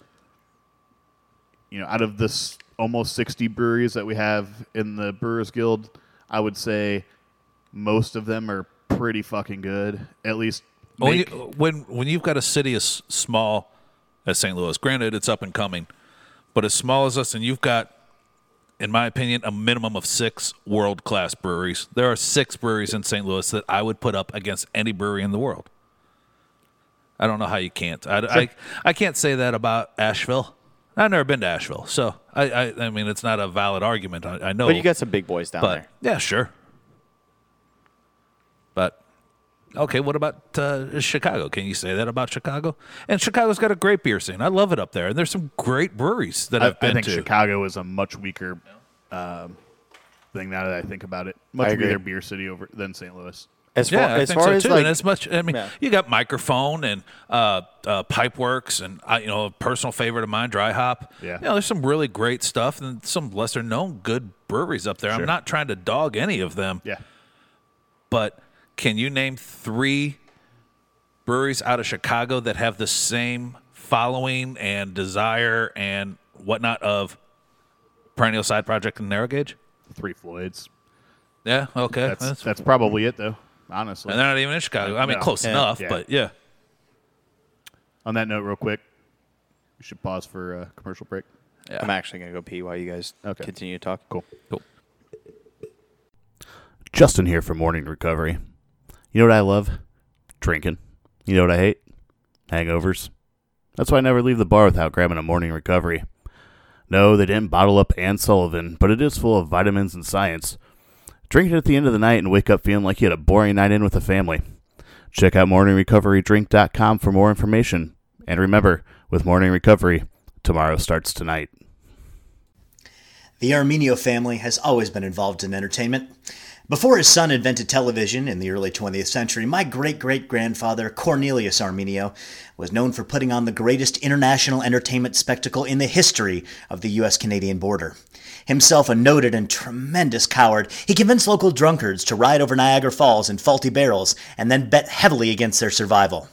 B: You know, out of this almost sixty breweries that we have in the Brewers Guild, I would say most of them are pretty fucking good. At least
D: When, you,
B: make-
D: when when you've got a city as small as St. Louis, granted it's up and coming, but as small as us, and you've got, in my opinion, a minimum of six world class breweries. There are six breweries in St. Louis that I would put up against any brewery in the world. I don't know how you can't. I, I, I can't say that about Asheville. I've never been to Asheville, so I, I, I mean it's not a valid argument. I, I know,
C: But you got some big boys down
D: Oh. but
C: there.
D: yeah, sure. But okay, what about uh, Chicago? Can you say that about Chicago? And Chicago's got a great beer scene. I love it up there, and there's some great breweries that
B: I,
D: I've been
B: I think
D: to.
B: Chicago is a much weaker um, thing. Now that I think about it,
C: I
B: much
C: agree.
B: weater beer city over than St. Louis.
C: As far
D: yeah, I
C: as
D: think
C: far
D: so
C: as
D: too.
C: like
D: and as much, I mean,
C: Yeah.
D: you got microphone and uh, uh, Pipeworks, and I, you know, a personal favorite of mine, Dry Hop.
B: Yeah.
D: you know, there's some really great stuff and some lesser known good breweries up there. I'm not trying to dog any of them.
B: Yeah,
D: but can you name three breweries out of Chicago that have the same following and desire and whatnot of Perennial Side Project and Narrow Gauge?
B: Three Floyds.
D: Yeah, okay.
B: That's that's,
D: That's-
B: probably it though. Honestly,
D: and they're not even in Chicago. I mean,
B: No.
D: close
B: Yeah.
D: enough,
B: Yeah.
D: but yeah.
B: on that note, real quick, we should pause for a commercial break.
C: I'm actually gonna go pee while you guys
B: Okay.
C: continue to talk.
B: Cool.
D: Cool.
B: Justin here for Morning Recovery. You know what I love? Drinking. You know what I hate? Hangovers. That's why I never leave the bar without grabbing a Morning Recovery. No, they didn't bottle up Ann Sullivan, but it is full of vitamins and science. Drink it at the end of the night and wake up feeling like you had a boring night in with the family. Check out morningrecoverydrink.com for more information. And remember, with Morning Recovery, tomorrow starts tonight.
A: The Armenio family has always been involved in entertainment. Before his son invented television in the early 20th century, my great great grandfather, Cornelius Armenio, was known for putting on the greatest international entertainment spectacle in the history of the U.S. Canadian border. Himself a noted and tremendous coward, he convinced local drunkards to ride over Niagara Falls in faulty barrels and then bet heavily against their survival.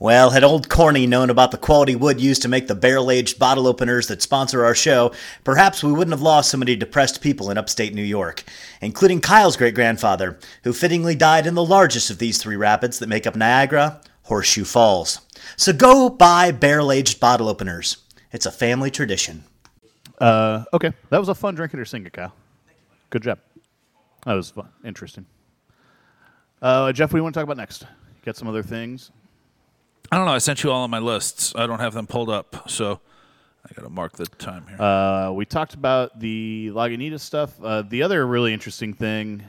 A: Well, had old Corny known about the quality wood used to make the barrel aged bottle openers that sponsor our show, perhaps we wouldn't have lost so many depressed people in upstate New York, including Kyle's great grandfather, who fittingly died in the largest of these three rapids that make up Niagara Horseshoe Falls. So go buy barrel aged bottle openers. It's a family tradition.
B: Uh, okay, that was a fun drinking or singer, Kyle. Good job. That was fun. interesting. Uh, Jeff, what do you want to talk about next? Got some other things?
D: I don't know. I sent you all on my lists. I don't have them pulled up, so I got to mark the time here.
B: Uh, we talked about the Lagunitas stuff. Uh, the other really interesting thing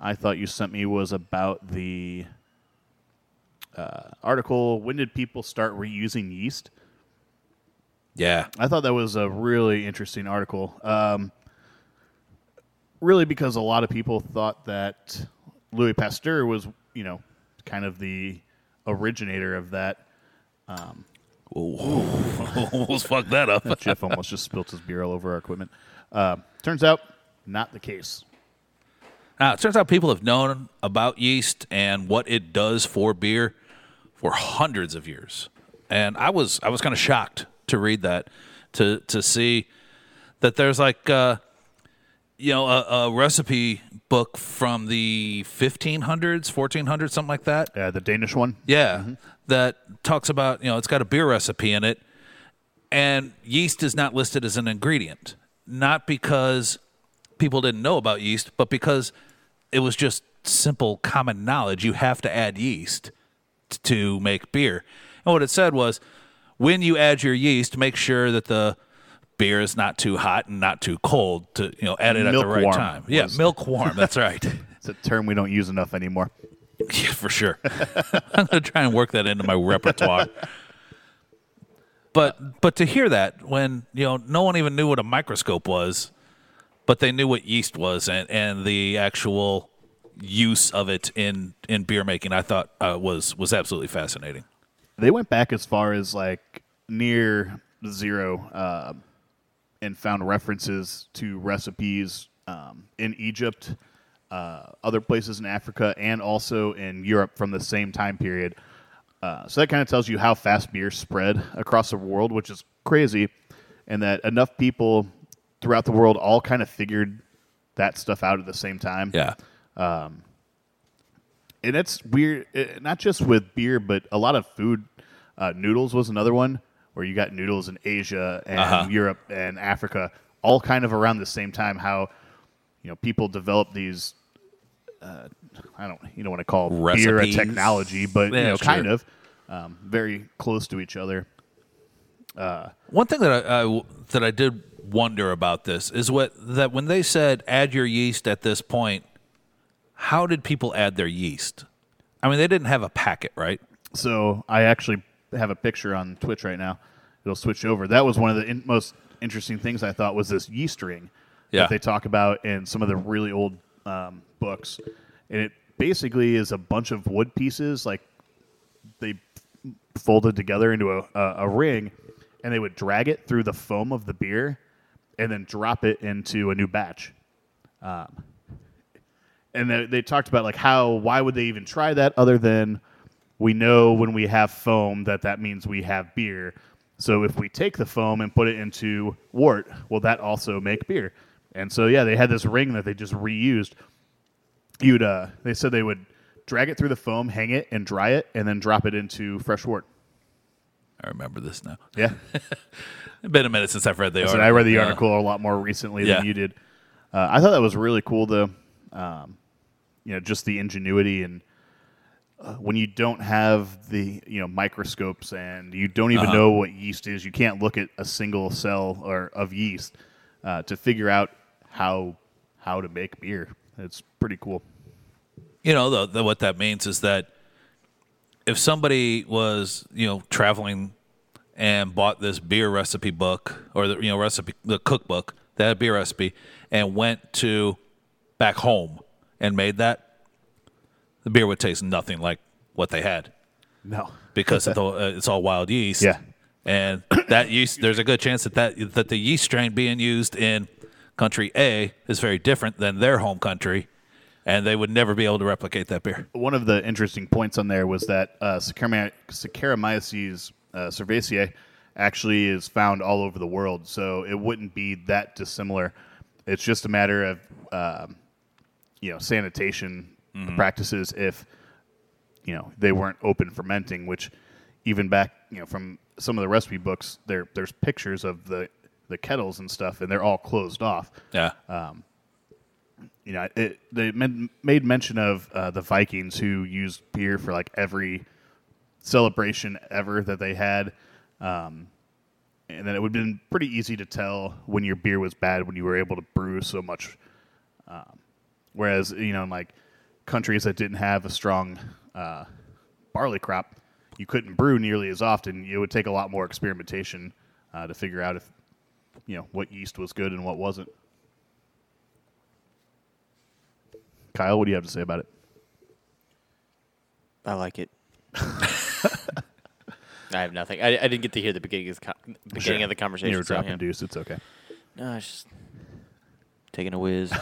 B: I thought you sent me was about the uh, article When Did People Start Reusing Yeast?
D: yeah.
B: I thought that was a really interesting article. Um, really, because a lot of people thought that Louis Pasteur was, you know, kind of the originator of that.
D: Almost fucked that up.
B: Jeff almost just spilt his beer all over our equipment. Uh, turns out, not the case.
D: Now, it turns out people have known about yeast and what it does for beer for hundreds of years. And I was I was kind of shocked to read that to to see that there's like uh, you know a, a recipe book from the 1500s, 1400s, something like that.
B: Uh, the Danish one.
D: Yeah, that talks about you know it's got a beer recipe in it, and yeast is not listed as an ingredient, not because people didn't know about yeast, but because it was just simple common knowledge. You have to add yeast t- to make beer, and what it said was, when you add your yeast, make sure that the beer is not too hot and not too cold to you know add it at the right
B: Milkwarm
D: time. Yeah,
B: was-
D: milk warm. That's right.
B: It's a term we don't use enough anymore.
D: Yeah, for sure. I'm gonna try and work that into my repertoire. But but to hear that when you know no one even knew what a microscope was, but they knew what yeast was and, and the actual use of it in, in beer making, I thought uh, was was absolutely fascinating.
B: They went back as far as like near zero uh, and found references to recipes um, in Egypt, uh, other places in Africa, and also in Europe from the same time period. Uh, so that kind of tells you how fast beer spread across the world, which is crazy, and that enough people throughout the world all kind of figured that stuff out at the same time.
D: Yeah,
B: and it's weird eh, not just with beer but a lot of food uh, noodles was another one where you got noodles in asia and
D: Uh-huh.
B: europe and africa all kind of around the same time how you know people develop these uh, i don't you don't want to call beer a
D: Recipes.
B: technology but you
D: Yeah,
B: know
D: sure.
B: kind of um, very close to each other
D: One thing that I, I- that I did wonder about this is what that when they said add your yeast at this point, how did people add their yeast? I mean, they didn't have a packet, right?
B: So I actually have a picture on Twitch right now. It'll switch over. That was one of the in- most interesting things I thought was this yeast ring
D: Yeah.
B: that they talk about in some of the really old um, books, and it basically is a bunch of wood pieces like they folded together into a, a, a ring, and they would drag it through the foam of the beer, and then drop it into a new batch and they, they talked about like how why would they even try that other than we know when we have foam that that means we have beer so if we take the foam and put it into wort will that also make beer and so yeah they had this ring that they just reused you'd uh they said they would drag it through the foam hang it and dry it and then drop it into fresh wort
D: I remember this now.
B: yeah
D: It's been a minute since I've read the
B: So
D: article.
B: I read the
D: Yeah.
B: article a lot more recently
D: Yeah.
B: than you did. Uh, I thought that was really cool, though. Um, you know, just the ingenuity and uh, when you don't have the you know microscopes and you don't
D: Uh-huh.
B: even know what yeast is, you can't look at a single cell or of yeast uh, to figure out how how to make beer. It's pretty cool.
D: you know, the, the, what that means is that if somebody was, you know, traveling and bought this beer recipe book or the, you know, recipe, the cookbook, that beer recipe, and went to back home and made that, the beer would taste nothing like what they had
B: No.
D: because of the, uh, it's all wild yeast.
B: Yeah.
D: And that yeast, there's a good chance that, that that the yeast strain being used in country A is very different than their home country, and they would never be able to replicate that beer.
B: One of the interesting points on there was that uh, Saccharomya- Saccharomyces uh, cerevisiae actually is found all over the world, so it wouldn't be that dissimilar. It's just a matter of um, you know sanitation practices if you know they weren't open fermenting, which even back you know from some of the recipe books, there there's pictures of the the kettles and stuff, and they're all closed off
D: Yeah.
B: Uh, you know, it, they men- made mention of uh, the Vikings who used beer for like every celebration ever that they had. Um, and then it would have been pretty easy to tell when your beer was bad when you were able to brew so much. Um, whereas, you know, in like countries that didn't have a strong uh, barley crop, you couldn't brew nearly as often. It would take a lot more experimentation uh, to figure out if, you know, what yeast was good and what wasn't. Kyle, what do you have to say about it?
C: I like it. I have nothing. I, I didn't get to hear the beginning of the, co- beginning of the conversation.
B: You were
C: so,
B: dropping
C: yeah.
B: deuce. It's okay.
C: No, it's just taking a whiz.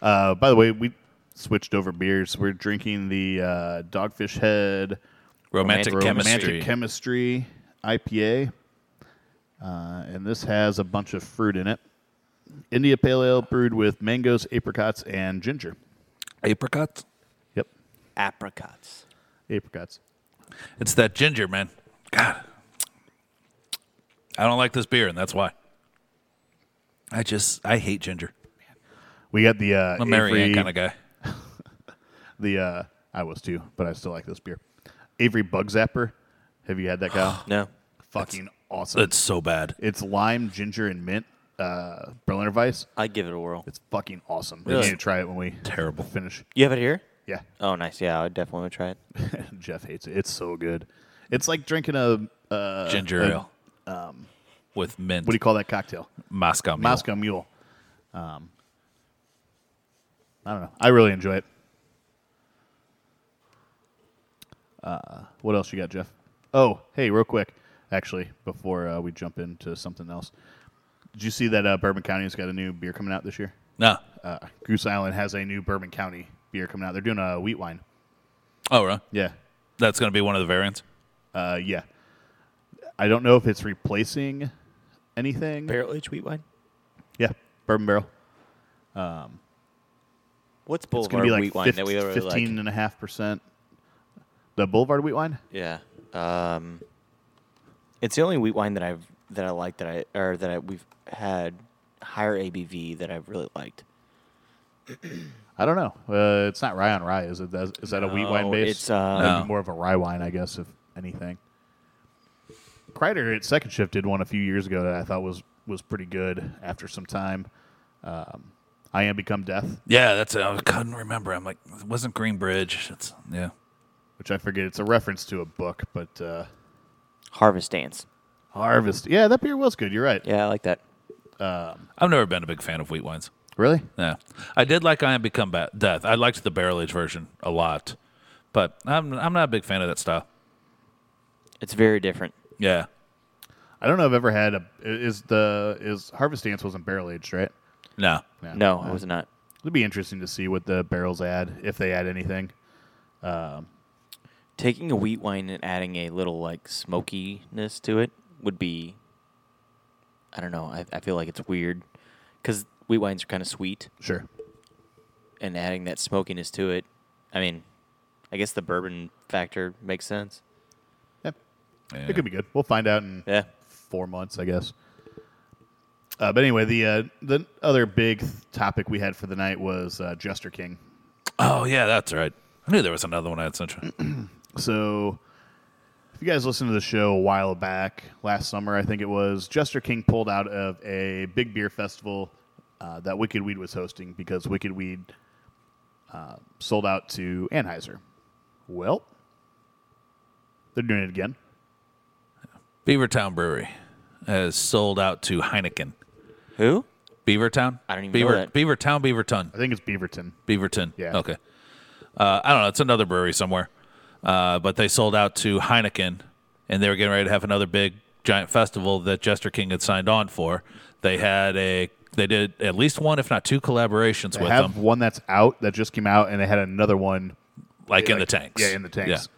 B: Uh, by the way, we switched over beers. We're drinking the uh, Dogfish Head
D: romantic,
C: romantic
D: chemistry.
B: Romantic Chemistry IPA, uh, and this has a bunch of fruit in it. India Pale Ale brewed with mangoes, apricots, and ginger.
D: Apricots.
B: Yep,
C: Apricots.
B: apricots.
D: It's that ginger, man. God. I don't like this beer, and that's why. I just I hate ginger.
B: We got the uh,
D: I'm a Mary
B: Avery-
D: Ann kind of guy.
B: The uh, I was too, but I still like this beer. Avery Bug Zapper. Have you had that, Kyle?
C: No.
B: Fucking awesome.
D: It's so bad.
B: It's lime, ginger, and mint uh, Berliner Weiss.
C: I'd give it a whirl.
B: It's fucking awesome. We
C: Really?
B: need to try it when we
D: Terrible.
B: finish.
C: You have it here?
B: Yeah,
C: Oh, nice. Yeah, I definitely would try it.
B: Jeff hates it. It's so good. It's like drinking a uh,
D: ginger
B: uh,
D: ale with mint.
B: what do you call that cocktail?
D: Moscow Mule.
B: Moscow Mule. Um, I don't know. I really enjoy it. Uh, what else you got, Jeff? Oh, hey, real quick, actually, before uh, we jump into something else, did you see that uh, Bourbon County's got a new beer coming out this year?
D: No.
B: uh, Goose Island has a new Bourbon County beer coming out. They're doing a wheat wine.
D: Oh, right.
B: Yeah,
D: That's going to be one of the variants.
B: uh, yeah. I don't know if it's replacing anything.
C: Barrel aged wheat wine?
B: Yeah, bourbon barrel.
C: What's
B: It's
C: Boulevard
B: going to be
C: wheat
B: like
C: wine that we already
B: fifteen
C: like?
B: and a half percent. The Boulevard wheat wine.
C: Yeah. Um, it's the only wheat wine that I've that I like that I or that I, we've had higher ABV that I've really liked.
B: I don't know. Uh, it's not rye on rye, is it? Is is that a wheat wine
C: No,
B: base?
C: it's, uh,
B: That'd be
D: No.
B: more of a rye wine, I guess, if anything. Kreider at Second Shift did one a few years ago that I thought was was pretty good. After some time, um, I am become death.
D: Yeah, that's it. I couldn't remember. I'm like, it wasn't Greenbridge. It's yeah.
B: which I forget. It's a reference to a book, but uh,
C: Harvest Dance.
B: Harvest. Yeah, that beer was good. You're right.
C: Yeah, I like that.
D: I've never been a big fan of wheat wines.
B: Really?
D: Yeah, I did like I Am Become Ba- Death. I liked the barrel aged version a lot, but I'm I'm not a big fan of that style.
C: It's very different.
D: Yeah,
B: I don't know. I've ever had a is the is Harvest Dance wasn't barrel aged, right?
D: no,
C: No, it was not.
B: It'd be interesting to see what the barrels add if they add anything.
C: Taking a wheat wine and adding a little like smokiness to it would be. I don't know. I, I feel like it's weird because wheat wines are kind of sweet,
B: Sure.
C: and adding that smokiness to it. I mean, I guess the bourbon factor makes sense.
B: Yep.
D: Yeah.
B: It could be good. We'll find out in
C: Yeah.
B: four months, I guess. Uh, but anyway, the uh, the other big topic we had for the night was uh, Jester King.
D: Oh yeah, that's right. I knew there was another one I had Central.
B: So, if you guys listened to the show a while back, last summer, I think it was, Jester King pulled out of a big beer festival uh, that Wicked Weed was hosting because Wicked Weed sold out to Anheuser. Well, they're doing it again.
D: Beavertown Brewery has sold out to Heineken.
C: Who?
D: Beavertown?
C: I don't even know
D: Beaver,
C: that.
D: Beavertown, Beaverton.
B: I think it's Beaverton.
D: Beaverton.
B: Yeah.
D: Okay. Uh, I don't know. It's another brewery somewhere. Uh, but they sold out to Heineken, and they were getting ready to have another big giant festival that Jester King had signed on for. They had a they did at least one, if not two, collaborations
B: They
D: with
B: have
D: them,
B: one that's out that just came out, and they had another one.
D: like in the
B: like-
D: tanks.
B: yeah, in the tanks.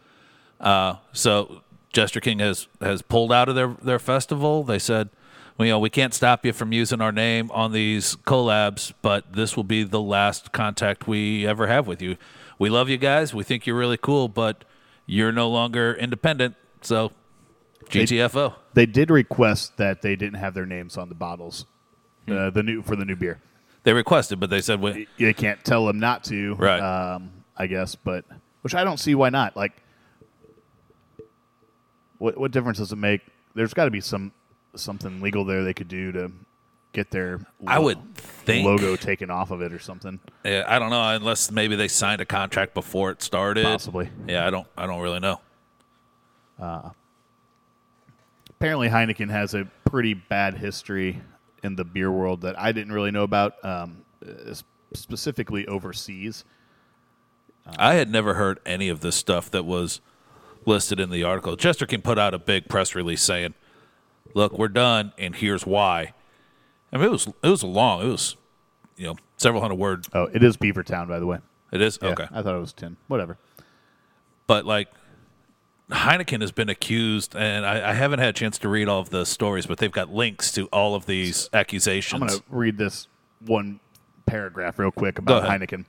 D: So Jester King has has pulled out of their their festival. They said, well, you know, we can't stop you from using our name on these collabs, but this will be the last contact we ever have with you. We love you guys. We think you're really cool, but you're no longer independent. So GTFO.
B: They did request that they didn't have their names on the bottles,
D: Hmm.
B: uh, the new for the new beer.
D: They requested, but they said, we,
B: You can't tell them not to,
D: Right.
B: Um, I guess, but which I don't see why not. Like, what what difference does it make? There's got to be some something legal there they could do to get their
D: I
B: lo-
D: would think-
B: logo taken off of it or something.
D: yeah, I don't know, unless maybe they signed a contract before it started.
B: Possibly.
D: Yeah, I don't, I don't really know.
B: apparently Heineken has a pretty bad history in the beer world that I didn't really know about, um, uh, specifically overseas.
D: I had never heard any of this stuff that was listed in the article. Chester King put out a big press release saying, "Look, we're done, and here's why." I mean, it was it was long. It was you know several hundred word.
B: Oh, it is Beavertown, by the way.
D: It is
B: Yeah,
D: okay,
B: I thought it was ten. Whatever.
D: but like Heineken has been accused, and I, I haven't had a chance to read all of the stories, but they've got links to all of these
B: I'm
D: accusations.
B: going to read this one paragraph real quick about
D: Go ahead.
B: Heineken.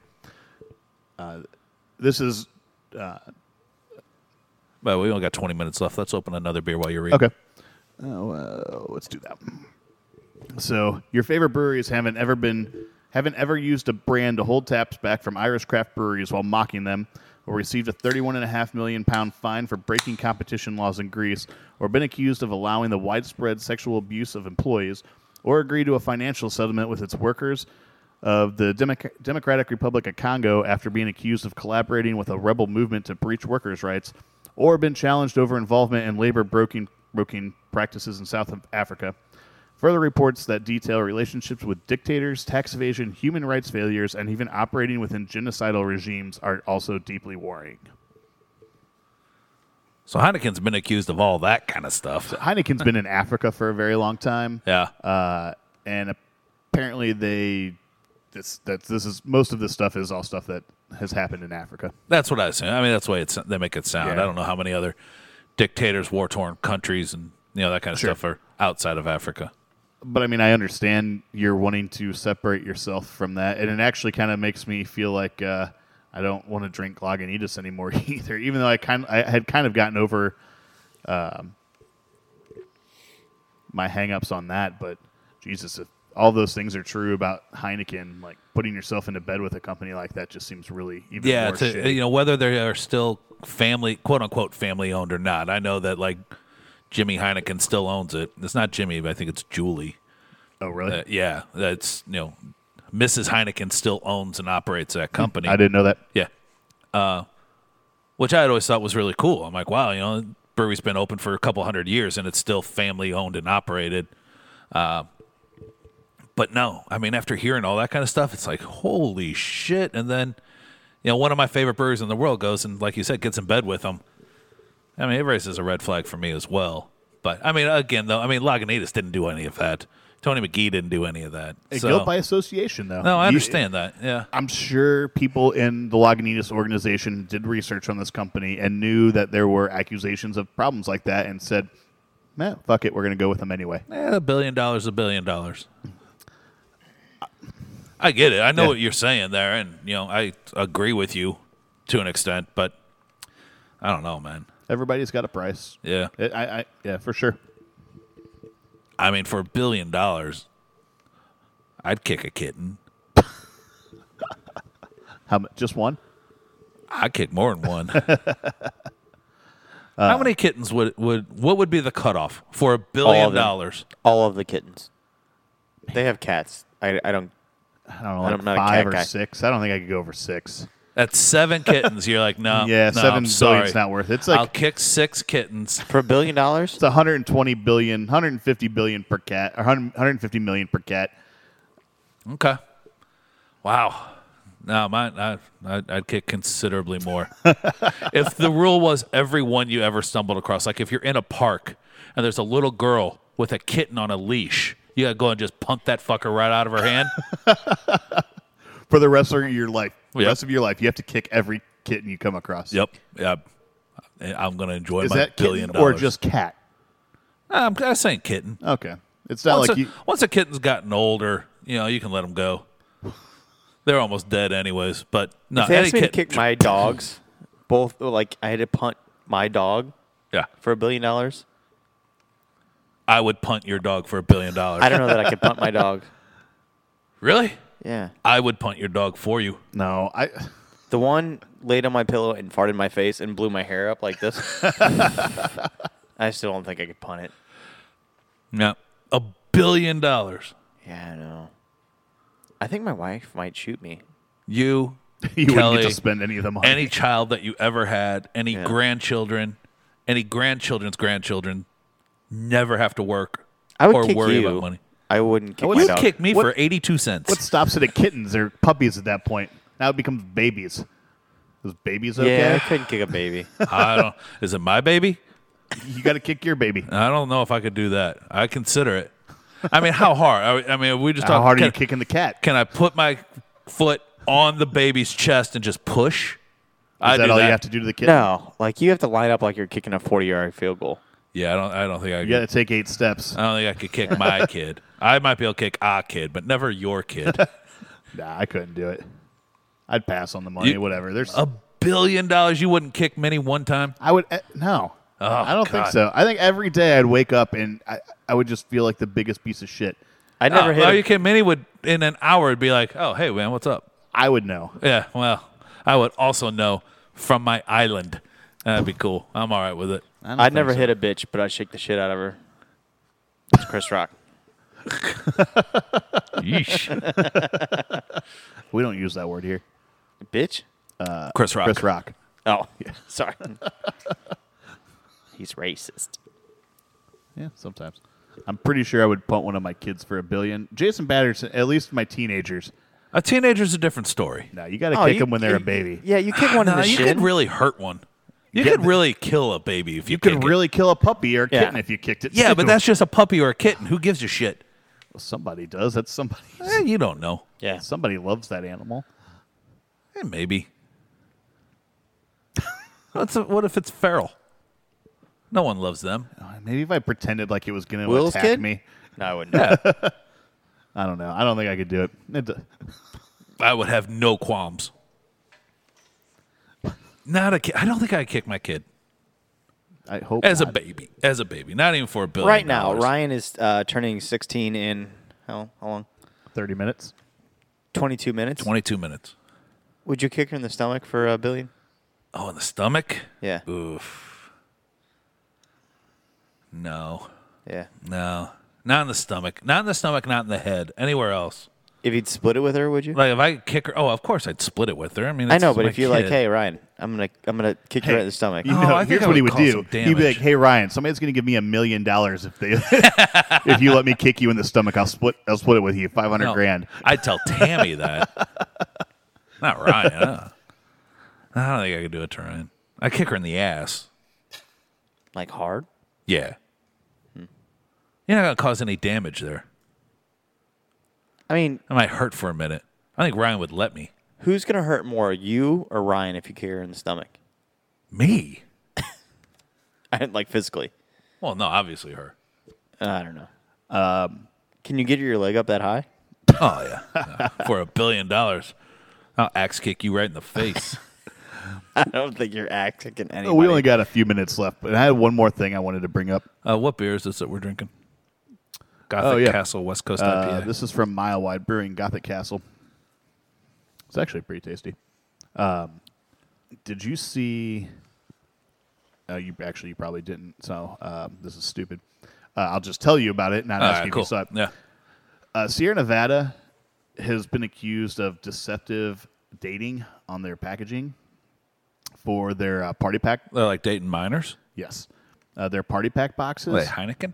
B: Uh, this is
D: but we only got 20 minutes left. Let's open another beer while you're reading.
B: Okay. Oh, uh, let's do that. So, your favorite breweries haven't ever been haven't ever used a brand to hold taps back from Irish craft breweries while mocking them, or received a thirty-one and a half million pound fine for breaking competition laws in Greece, or been accused of allowing the widespread sexual abuse of employees, or agreed to a financial settlement with its workers of the Democ- Democratic Republic of Congo after being accused of collaborating with a rebel movement to breach workers' rights, or been challenged over involvement in labor broking, broking practices in South Africa. Further reports that detail relationships with dictators, tax evasion, human rights failures, and even operating within genocidal regimes are also deeply worrying.
D: So Heineken's been accused of all that kind of stuff.
B: Heineken's been in Africa for a very long time.
D: Yeah.
B: uh, and apparently they this that this is most of this stuff is all stuff that has happened in Africa.
D: That's what I assume. I mean, that's the way it's, they make it sound.
B: Yeah.
D: I don't know how many other dictators, war torn countries, and you know that kind of stuff are outside of Africa.
B: But I mean, I understand you're wanting to separate yourself from that, and it actually kind of makes me feel like uh, I don't want to drink Lagunitas anymore either. Even though I kind I had kind of gotten over um, my hangups on that, but Jesus, if all those things are true about Heineken, like putting yourself into bed with a company like that just seems really even
D: Yeah,
B: more
D: to,
B: shitty.
D: you know whether they are still family, quote unquote, family owned or not. I know that like Jimmy Heineken still owns it. It's not Jimmy, but I think it's Julie.
B: oh really?
D: Uh, yeah, that's you know Mrs. Heineken still owns and operates that company.
B: I didn't know that.
D: Yeah. Uh, which I had always thought was really cool. I'm like, wow, you know, brewery's been open for a couple hundred years and it's still family owned and operated. Uh, but no, I mean, after hearing all that kind of stuff, it's like, holy shit. And then, you know, one of my favorite breweries in the world goes and, like you said, gets in bed with them. I mean, it raises a red flag for me as well. But I mean, again, though, I mean, Lagunitas didn't do any of that. Tony McGee didn't do any of that.
B: Hey,
D: So-
B: guilt by association, though.
D: no, I
B: You-
D: understand that. Yeah.
B: I'm sure people in the Lagunitas organization did research on this company and knew that there were accusations of problems like that and said, "Man, fuck it, we're going to go with them anyway."
D: Eh, a billion dollars, a billion dollars. I get it. I know
B: Yeah.
D: what you're saying there, and you know I agree with you to an extent, but I don't know, man.
B: Everybody's got a price.
D: Yeah,
B: It- I, I, yeah, for sure.
D: I mean, for a billion dollars, I'd kick a kitten.
B: How much? Just one?
D: I'd kick more than one.
B: Uh,
D: How many kittens would would what would be the cutoff for a
C: All
D: billion
C: of them.
D: dollars?
C: All of the kittens. They have cats. I, I don't
B: I don't know,
C: I'm
B: like
C: not a
B: five
C: cat
B: or
C: guy.
B: six. I don't think I could go over six.
D: At seven kittens, you're like, no,
B: Yeah,
D: Oh, no,
B: seven
D: I'm
B: billion's
D: sorry.
B: not worth it. It's like-
D: I'll kick six kittens.
C: For a billion dollars?
B: It's 120 billion, 150 billion per cat, or 100, 150 million per cat.
D: Okay. Wow. No, mine, I, I'd, I'd kick considerably more. if the rule was everyone you ever stumbled across, like if you're in a park and there's a little girl with a kitten on a leash, you gotta go and just punt that fucker right out of her hand.
B: for the rest of your life.
D: Yep.
B: Rest of your life, you have to kick every kitten you come across.
D: yep. Yep. And I'm gonna enjoy
B: Is
D: my
B: that
D: billion
B: kitten or
D: dollars.
B: just cat?
D: I'm, I'm saying kitten.
B: Okay, it's not
D: once,
B: like
D: a,
B: you.
D: once a kitten's gotten older, you know, you can let them go. They're almost dead, anyways. But no,
C: If they
D: Uh, any
C: asked me to
D: kitten-
C: kick my dogs, both like I had to punt my dog
D: yeah,
C: for a billion dollars.
D: I would punt your dog for a billion dollars.
C: I don't know that I could punt my dog.
D: Really?
C: Yeah.
D: I would punt your dog for you.
B: No, I.
C: The one laid on my pillow and farted in my face and blew my hair up like this. I still don't think I could punt it.
D: No, a billion dollars.
C: Yeah, I know. I think my wife might shoot me.
D: You,
B: You wouldn't
D: Kelly,
B: get to spend any of the money.
D: any child that you ever had, any
C: Yeah.
D: grandchildren, any grandchildren's grandchildren, never have to work
C: I would
D: or
C: kick
D: worry
C: you.
D: about money.
C: I wouldn't kick my
D: You
C: dog.
D: kick me
B: What-
D: for eighty-two cents.
B: what stops it at kittens? They're puppies at that point. Now it becomes babies. Is babies
C: Yeah,
B: okay?
C: I couldn't kick a baby.
D: I don't. Is it my baby?
B: You got to kick your baby.
D: I don't know if I could do that. I consider it. I mean, how hard? I, I mean, we just
B: How
D: talked.
B: hard are
D: can,
B: you kicking the cat?
D: Can I put my foot on the baby's chest and just push? I
B: Is that
D: do
B: all
D: that.
B: you have to do to the kitten?
C: no, like you have to line up like you're kicking a 40 yard field goal.
D: Yeah, I don't. I don't think I.
B: You
D: Could,
B: got to take eight steps.
D: I don't think I could kick my kid. I might be able to kick a kid, but never your kid.
B: Nah, I couldn't do it. I'd pass on the money.
D: You- Oh.
B: whatever. There's.
D: A billion dollars, you wouldn't kick many one time.
B: I would eh, no. I don't think
D: Oh, God.
B: so. I think every day I'd wake up and I, I would just feel like the biggest piece of shit.
C: I
D: No,
C: never hit.
D: are
C: a-
D: Oh, you kidding? Many would in an hour would be like, "Oh, hey man, what's up?"
B: I would know.
D: Yeah, well, I would also know from my island. That'd be cool. I'm all right with it.
B: I don't
C: I'd
B: think
C: never
B: so.
C: hit a bitch, but I shake the shit out of her. It's Chris Rock.
D: Yeesh.
B: We don't use that word here.
C: bitch?
D: Chris Rock.
B: Chris Rock.
C: Oh, sorry. He's racist.
B: Yeah, sometimes. I'm pretty sure I would punt one of my kids for a billion. Jason Patterson, at least my teenagers.
D: A teenager's a different story.
B: No, you got to
C: Oh,
B: kick
C: you-
B: them when they're a
C: you-
B: baby.
C: Yeah, you kick one in
D: Nah,
C: the
D: you
C: shin.
D: could really hurt one. You
B: Yeah,
D: could
B: but-
D: really kill a baby if you,
B: You could
D: kick it.
B: really kill a puppy or a
C: Yeah.
B: kitten if you kicked it.
D: Yeah,
B: too.
D: but that's just a puppy or a kitten. Who gives a shit?
B: Well, somebody does. That's somebody.
D: Eh, you don't know.
C: yeah.
B: Somebody loves that animal.
D: Eh, maybe. What's what if it's feral? No one loves them.
B: Uh, Maybe if I pretended like it was going to
C: Will's
B: attack
C: kid?
B: me.
C: No, I wouldn't.
D: Yeah,
B: I don't know. I don't think I could do it. It d-
D: I would have no qualms. Not a kid. I don't think I'd kick my kid
B: I hope
D: as a
B: not.
D: baby. As a baby, not even for a billion.
C: Right now,
D: dollars.
C: Ryan is uh, turning 16 in how, how long?
B: 30 minutes.
C: 22 minutes.
D: Twenty-two minutes.
C: Would you kick her in the stomach for a billion?
D: Oh, in the stomach.
C: Yeah.
D: Oof. No,
C: Yeah.
D: no, not in the stomach. Not in the stomach. Not in the head. Anywhere else.
C: If you'd split it with her, would you?
D: Like if I kick her. Oh, of course I'd split it with her. I mean,
C: I
D: it's
C: know, but
D: my
C: if you're like,
D: kid.
C: hey, Ryan, I'm gonna I'm gonna kick you right in the stomach.
B: You
D: Oh,
B: know,
D: I think
B: here's
D: I
B: what he
D: would
B: would
D: cause
B: do.
D: some
B: He'd be like,
D: damage.
B: "Hey Ryan, somebody's going to give me a million dollars if they if you let me kick you in the stomach. I'll split I'll split it with you, five hundred
D: No,
B: grand."
D: I'd tell Tammy that. Not Ryan. huh? I don't think I could do it to Ryan. I kick her in the ass.
C: Like hard?
D: Yeah. You're not gonna cause any damage there.
C: I mean,
D: I might hurt for a minute. I think Ryan would let me.
C: who's gonna hurt more, you or Ryan, if you kick her in the stomach?
D: Me?
C: I mean, like physically.
D: Well, no, obviously her.
C: I don't know. Um, Can you get your leg up that high?
D: Oh yeah. Yeah. for a billion dollars, I'll axe kick you right in the face.
C: I don't think you're axe kicking anybody.
B: Oh, we only got a few minutes left, but I had one more thing I wanted to bring up.
D: uh, what beer is this that we're drinking? Gothic
B: Oh, yeah.
D: Castle West Coast
B: Uh,
D: IPA.
B: this is from Mile Wide Brewing, Gothic Castle. It's actually pretty tasty. Um, did you see? Uh, you actually you probably didn't. So uh, this is stupid. Uh, I'll just tell you about it, not
D: All
B: ask
D: right,
B: you
D: cool.
B: if you saw it.
D: Yeah.
B: uh, Sierra Nevada has been accused of deceptive dating on their packaging for their uh, party pack.
D: They're like Dayton Miners.
B: Yes, uh, their party pack boxes.
D: Wait, Heineken?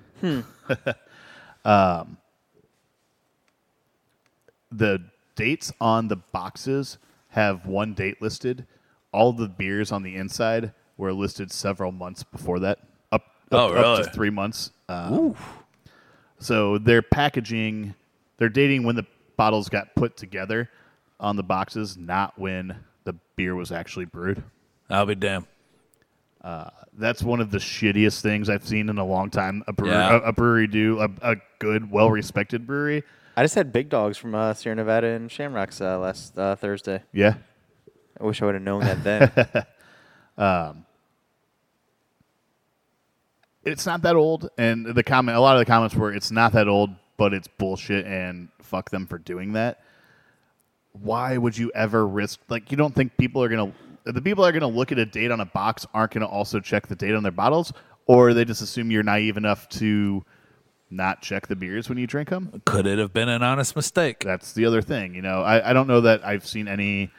B: the dates on the boxes have one date listed. All the beers on the inside were listed several months before that, up, up,
D: Oh,
B: up
D: really?
B: to three months. Um, so their packaging, they're dating when the bottles got put together on the boxes, not when the beer was actually brewed.
D: I'll be damned.
B: That's one of the shittiest things I've seen in a long time. A brewery,
D: Yeah.
B: a, a brewery do a, a good, well-respected brewery.
C: I just had big dogs from uh, Sierra Nevada and Shamrocks uh, last uh, Thursday.
B: Yeah,
C: I wish I would have known that then.
B: it's not that old and the comment a lot of the comments were it's not that old but it's bullshit and fuck them for doing that why would you ever risk like you don't think people are gonna the people that are gonna look at a date on a box aren't gonna also check the date on their bottles or they just assume you're naive enough to not check the beers when you drink them
D: Could it have been an honest mistake?
B: that's the other thing. You know, I, I don't know that I've seen any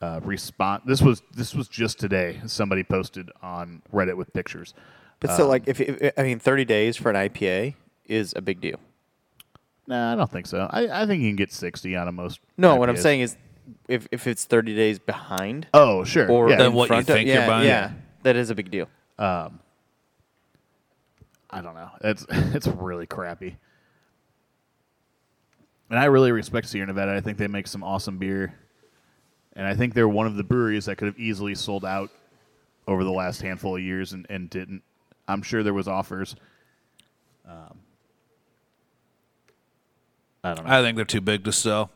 B: uh, response. This was this was just today. Somebody posted on Reddit with pictures.
C: but so, like, if, if I mean, 30 days for an IPA is a big deal.
B: No, I don't think so. I, I think you can get sixty out of most.
C: No, what I'm
B: IPAs.
C: saying is, if if it's 30 days behind
B: Oh, sure.
C: or
B: yeah.
D: Then
C: in
D: what you
C: front of-
D: think you're
C: yeah,
D: buying.
C: yeah, that is a big deal.
B: I don't know. It's it's really crappy. And I really respect Sierra Nevada. I think they make some awesome beer, and I think they're one of the breweries that could have easily sold out over the last handful of years and, and didn't. I'm sure there was offers.
D: I think they're too big to sell.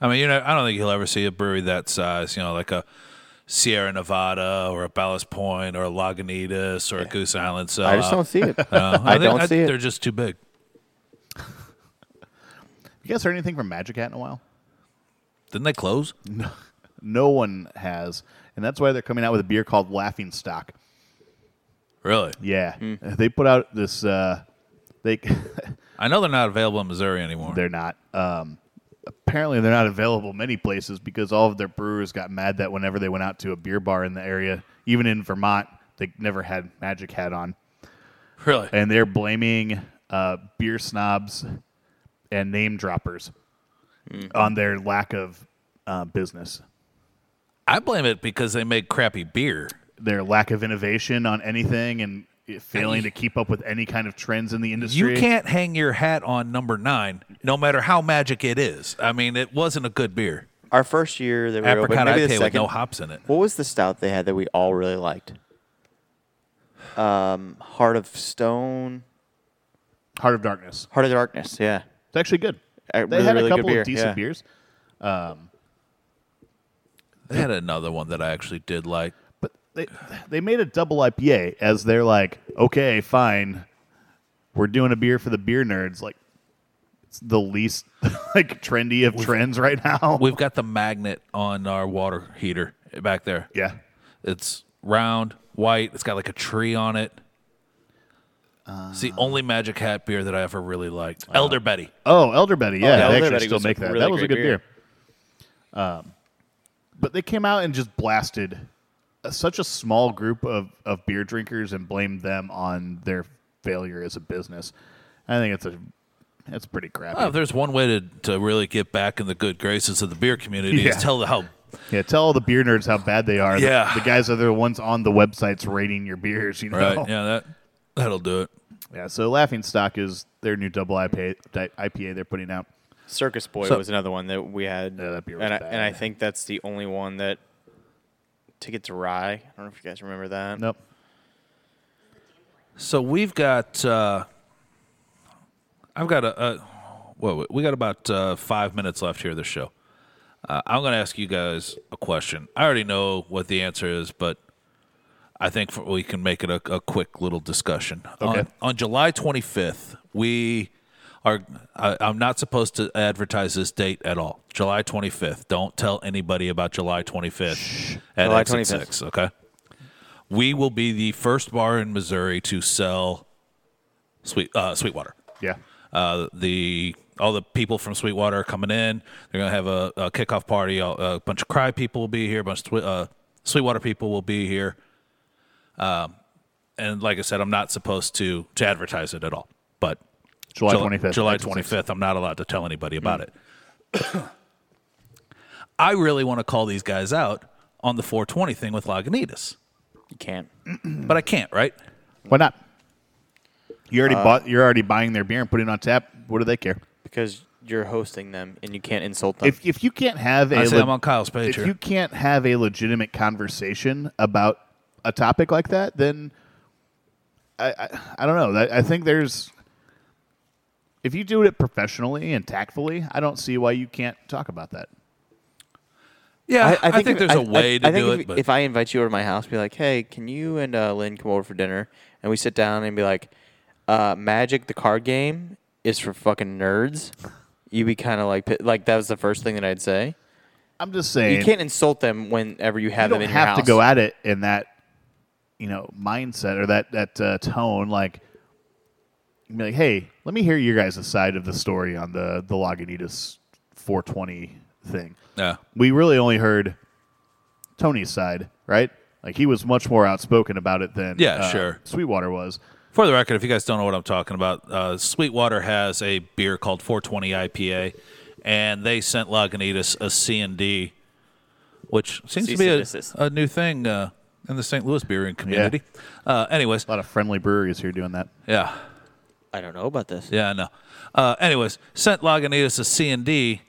D: I mean, you know, I don't think you'll ever see a brewery that size. You know, like a Sierra Nevada or a Ballast Point or a Lagunitas or a Goose Island. So
C: I just don't see it.
D: Uh, I, think-
C: don't see it.
D: They're just too big.
B: You guys heard anything from Magic Hat in a while?
D: Didn't they close?
B: No one has, and that's why they're coming out with a beer called Laughing Stock.
D: Really?
B: Yeah,
C: Hmm.
B: they put out this. Uh, they
D: I know they're not available in Missouri anymore.
B: they're not. Um, apparently, they're not available many places because all of their brewers got mad that whenever they went out to a beer bar in the area, even in Vermont, they never had Magic Hat on,
D: really?
B: and they're blaming uh, beer snobs and name droppers on their lack of uh, business.
D: I blame it because they make crappy beer.
B: their lack of innovation on anything and it failing to keep up with any kind of trends in the industry.
D: You can't hang your hat on number nine, no matter how magic it is. I mean, it wasn't a good beer.
C: Our first year that we were open,
D: Apricot
C: maybe the
D: IPA with
C: second.
D: no hops in it.
C: what was the stout they had that we all really liked? Um, Heart of Stone,
B: Heart of Darkness.
C: Heart of Darkness. Yeah,
B: It's actually good.
C: Uh,
B: they
C: really,
B: had
C: really
B: a
C: good
B: couple
C: beer,
B: of decent
C: yeah.
B: beers,
D: They had another one that I actually did like.
B: but they they made a double IPA as they're like, okay, fine, we're doing a beer for the beer nerds. Like, it's the least like trendy of trends right now.
D: We've got the magnet on our water heater back there.
B: yeah,
D: It's round, white. It's got like a tree on it. it's
B: Uh.
D: the only Magic Hat beer that I ever really liked. Elder Betty.
B: Oh, elderberry. Yeah,
C: yeah,
B: they
C: elderberry
B: actually still
C: was a
B: make that.
C: really
B: that was a
C: great
B: good beer.
C: beer.
B: Um, but they came out and just blasted uh, such a small group of, of beer drinkers and blamed them on their failure as a business. I think it's a it's pretty crappy.
D: Oh, if there's one way to, to really get back in the good graces of the beer community
B: Yeah.
D: is tell how
B: yeah, tell all the beer nerds how bad they are. The-
D: Yeah.
B: the, guys are the ones on the websites rating your beers. You know,
D: right. Yeah, that that'll do it.
B: Yeah, So Laughing Stock is their new double IPA di- IPA they're putting out.
C: Circus Boy
D: So-
C: was another one that we had,
B: Yeah, that beer was
C: and, I,
B: bad.
C: and I think that's the only one that Ticket to Rye. I don't know if you guys remember that.
B: Nope.
D: So we've got uh, I've got a, a well, we got about uh, five minutes left here of the show. Uh, I'm going to ask you guys a question. I already know what the answer is, but I think for, we can make it a, a quick little discussion.
B: Okay.
D: On, on July 25th, we are. I, I'm not supposed to advertise this date at all. July 25th. Don't tell anybody about July 25th at
C: July
D: Exit
C: 25th.
D: Six, Okay. We will be the first bar in Missouri to sell sweet uh, Sweetwater
B: Yeah.
D: uh, the all the people from Sweetwater are coming in. They're gonna have a, a kickoff party. A, a bunch of Cry people will be here. A bunch of Swe- uh, Sweetwater people will be here. Um, and like I said, I'm not supposed to to advertise it at all. But
B: July
D: Jul-
B: 25th.
D: July
B: Exit six.
D: 25th. I'm not allowed to tell anybody about
C: Mm.
D: it. I really want to call these guys out on the 420 thing with Lagunitas,
C: You can't.
D: but I can't, right?
B: Why not? You already bought. You're already buying their beer and putting it on tap. What do they care?
C: Because you're hosting them and you can't insult them.
B: If if you can't have a
D: I say
B: le-
D: I'm on Kyle's page
B: if
D: here.
B: you can't have a legitimate conversation about a topic like that, then I I, I don't know. I, I think there's if you do it professionally and tactfully, I don't see why you can't talk about that.
D: yeah, I,
C: if-
D: think, there's a
C: I-
D: way
C: I-
D: to
C: I think
D: do
C: if,
D: it. But
C: If I invite you over to my house, be like, hey, can you and uh, Lynn come over for dinner? And we sit down and be like, uh, Magic, the card game, is for fucking nerds. You'd be kind of like, pi- like that was the first thing that I'd say.
B: I'm just saying
C: You can't insult them whenever you have
B: you
C: them
B: don't
C: in
B: have
C: your house.
B: to go at it in that you know mindset or that that uh, tone like be like hey let me hear your guys' side of the story on the the lagunitas 420 thing
D: yeah,
B: we really only heard tony's side right like he was much more outspoken about it than
D: Yeah,
B: uh,
D: sure.
B: sweetwater was
D: for the record, if you guys don't know what I'm talking about, uh, Sweetwater has a beer called 420 IPA, and they sent Lagunitas a C and D, which seems to
C: Cease
D: be
C: and
D: a,
C: desist.
D: a new thing uh, in the St. Louis brewing community. Uh, anyways,
B: a lot of friendly breweries here doing that
D: yeah.
C: I don't know about this.
D: Yeah, I know. Uh, anyways, sent Lagunitas a C&D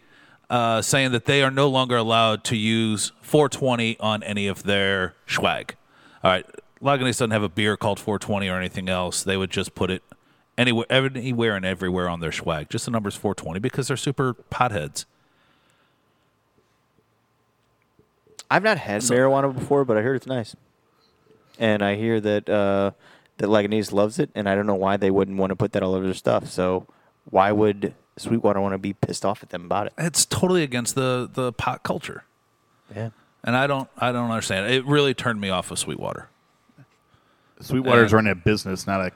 D: uh, saying that they are no longer allowed to use 420 on any of their swag. All right, Lagunitas doesn't have a beer called 420 or anything else. They would just put it anywhere, anywhere and everywhere on their swag. Just the numbers 420 because they're super potheads.
C: I've not had marijuana before, but I heard it's nice. And I hear that uh, that Lagunitas loves it, and I don't know why they wouldn't want to put that all over their stuff. So why would Sweetwater want to be pissed off at them about it?
D: It's totally against the the pot culture,
C: Yeah.
D: and I don't I don't understand. It really turned me off of Sweetwater.
B: sweetwater's
D: Yeah.
B: running a business not a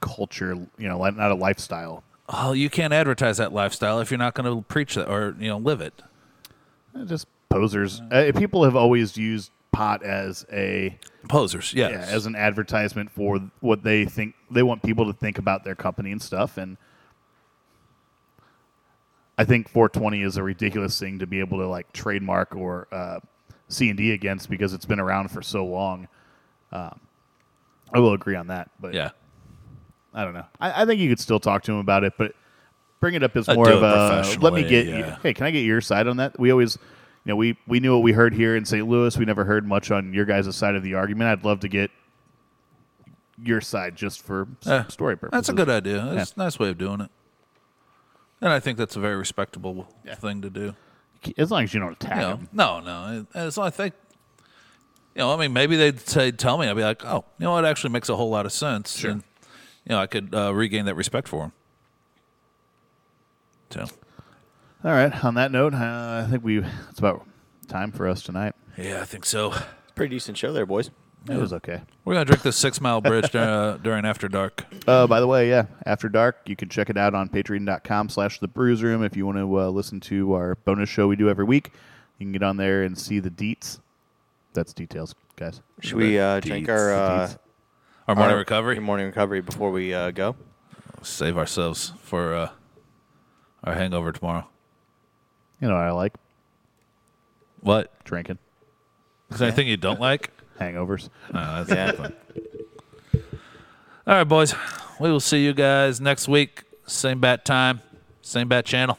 B: culture you know not a lifestyle
D: Oh, you can't advertise that lifestyle if you're not going to preach that or you know live it.
B: Eh, just posers uh, people have always used pot as a
D: Posers, yes.
B: yeah, as an advertisement for what they think they want people to think about their company and stuff. And I think 420 is a ridiculous thing to be able to like trademark or uh, C and D against because it's been around for so long. Um, I will agree on that, but
D: yeah.
B: I don't know. I, I think you could still talk to him about it, but bring it up as
D: I'd
B: more
D: Uh, do
B: of
D: it
B: a let me
D: professionally,
B: get.
D: yeah.
B: Hey, can I get your side on that? We always, you know, we we knew what we heard here in St. Louis. We never heard much on your guys' side of the argument. I'd love to get your side just for s-
D: Yeah.
B: story purposes.
D: Eh, That's a good idea. That's a nice way of doing it. And I think that's a very respectable thing to do.
B: As long as you don't attack
D: You know,
B: him.
D: no, no. As I think, you know, I mean, maybe they'd say, tell me. I'd be like, oh, you know, it actually makes a whole lot of sense. And, you know, I could uh, regain that respect for him. So,
B: All right. On that note, uh, I think we it's about time for us tonight.
D: yeah, I think so.
C: It's a pretty decent show there, boys.
B: It was okay.
D: We're going to drink this six mile bridge dur- uh, during After Dark.
B: Uh, by the way, yeah, After Dark, you can check it out on patreon.com slash the brews room if you want to uh, listen to our bonus show we do every week. You can get on there and see the deets. That's details, guys.
C: Should we uh, drink our, uh,
B: Deets.
D: Our morning
C: our-
D: recovery.
C: Your morning recovery before we uh, go.
D: Save ourselves for uh, our hangover tomorrow.
B: You know what I like?
D: What?
B: Drinking.
D: Is there anything you don't like?
B: Hangovers.
D: No, Uh, that's
C: Yeah.
D: All right, boys. We will see you guys next week. Same bat time, same bat channel.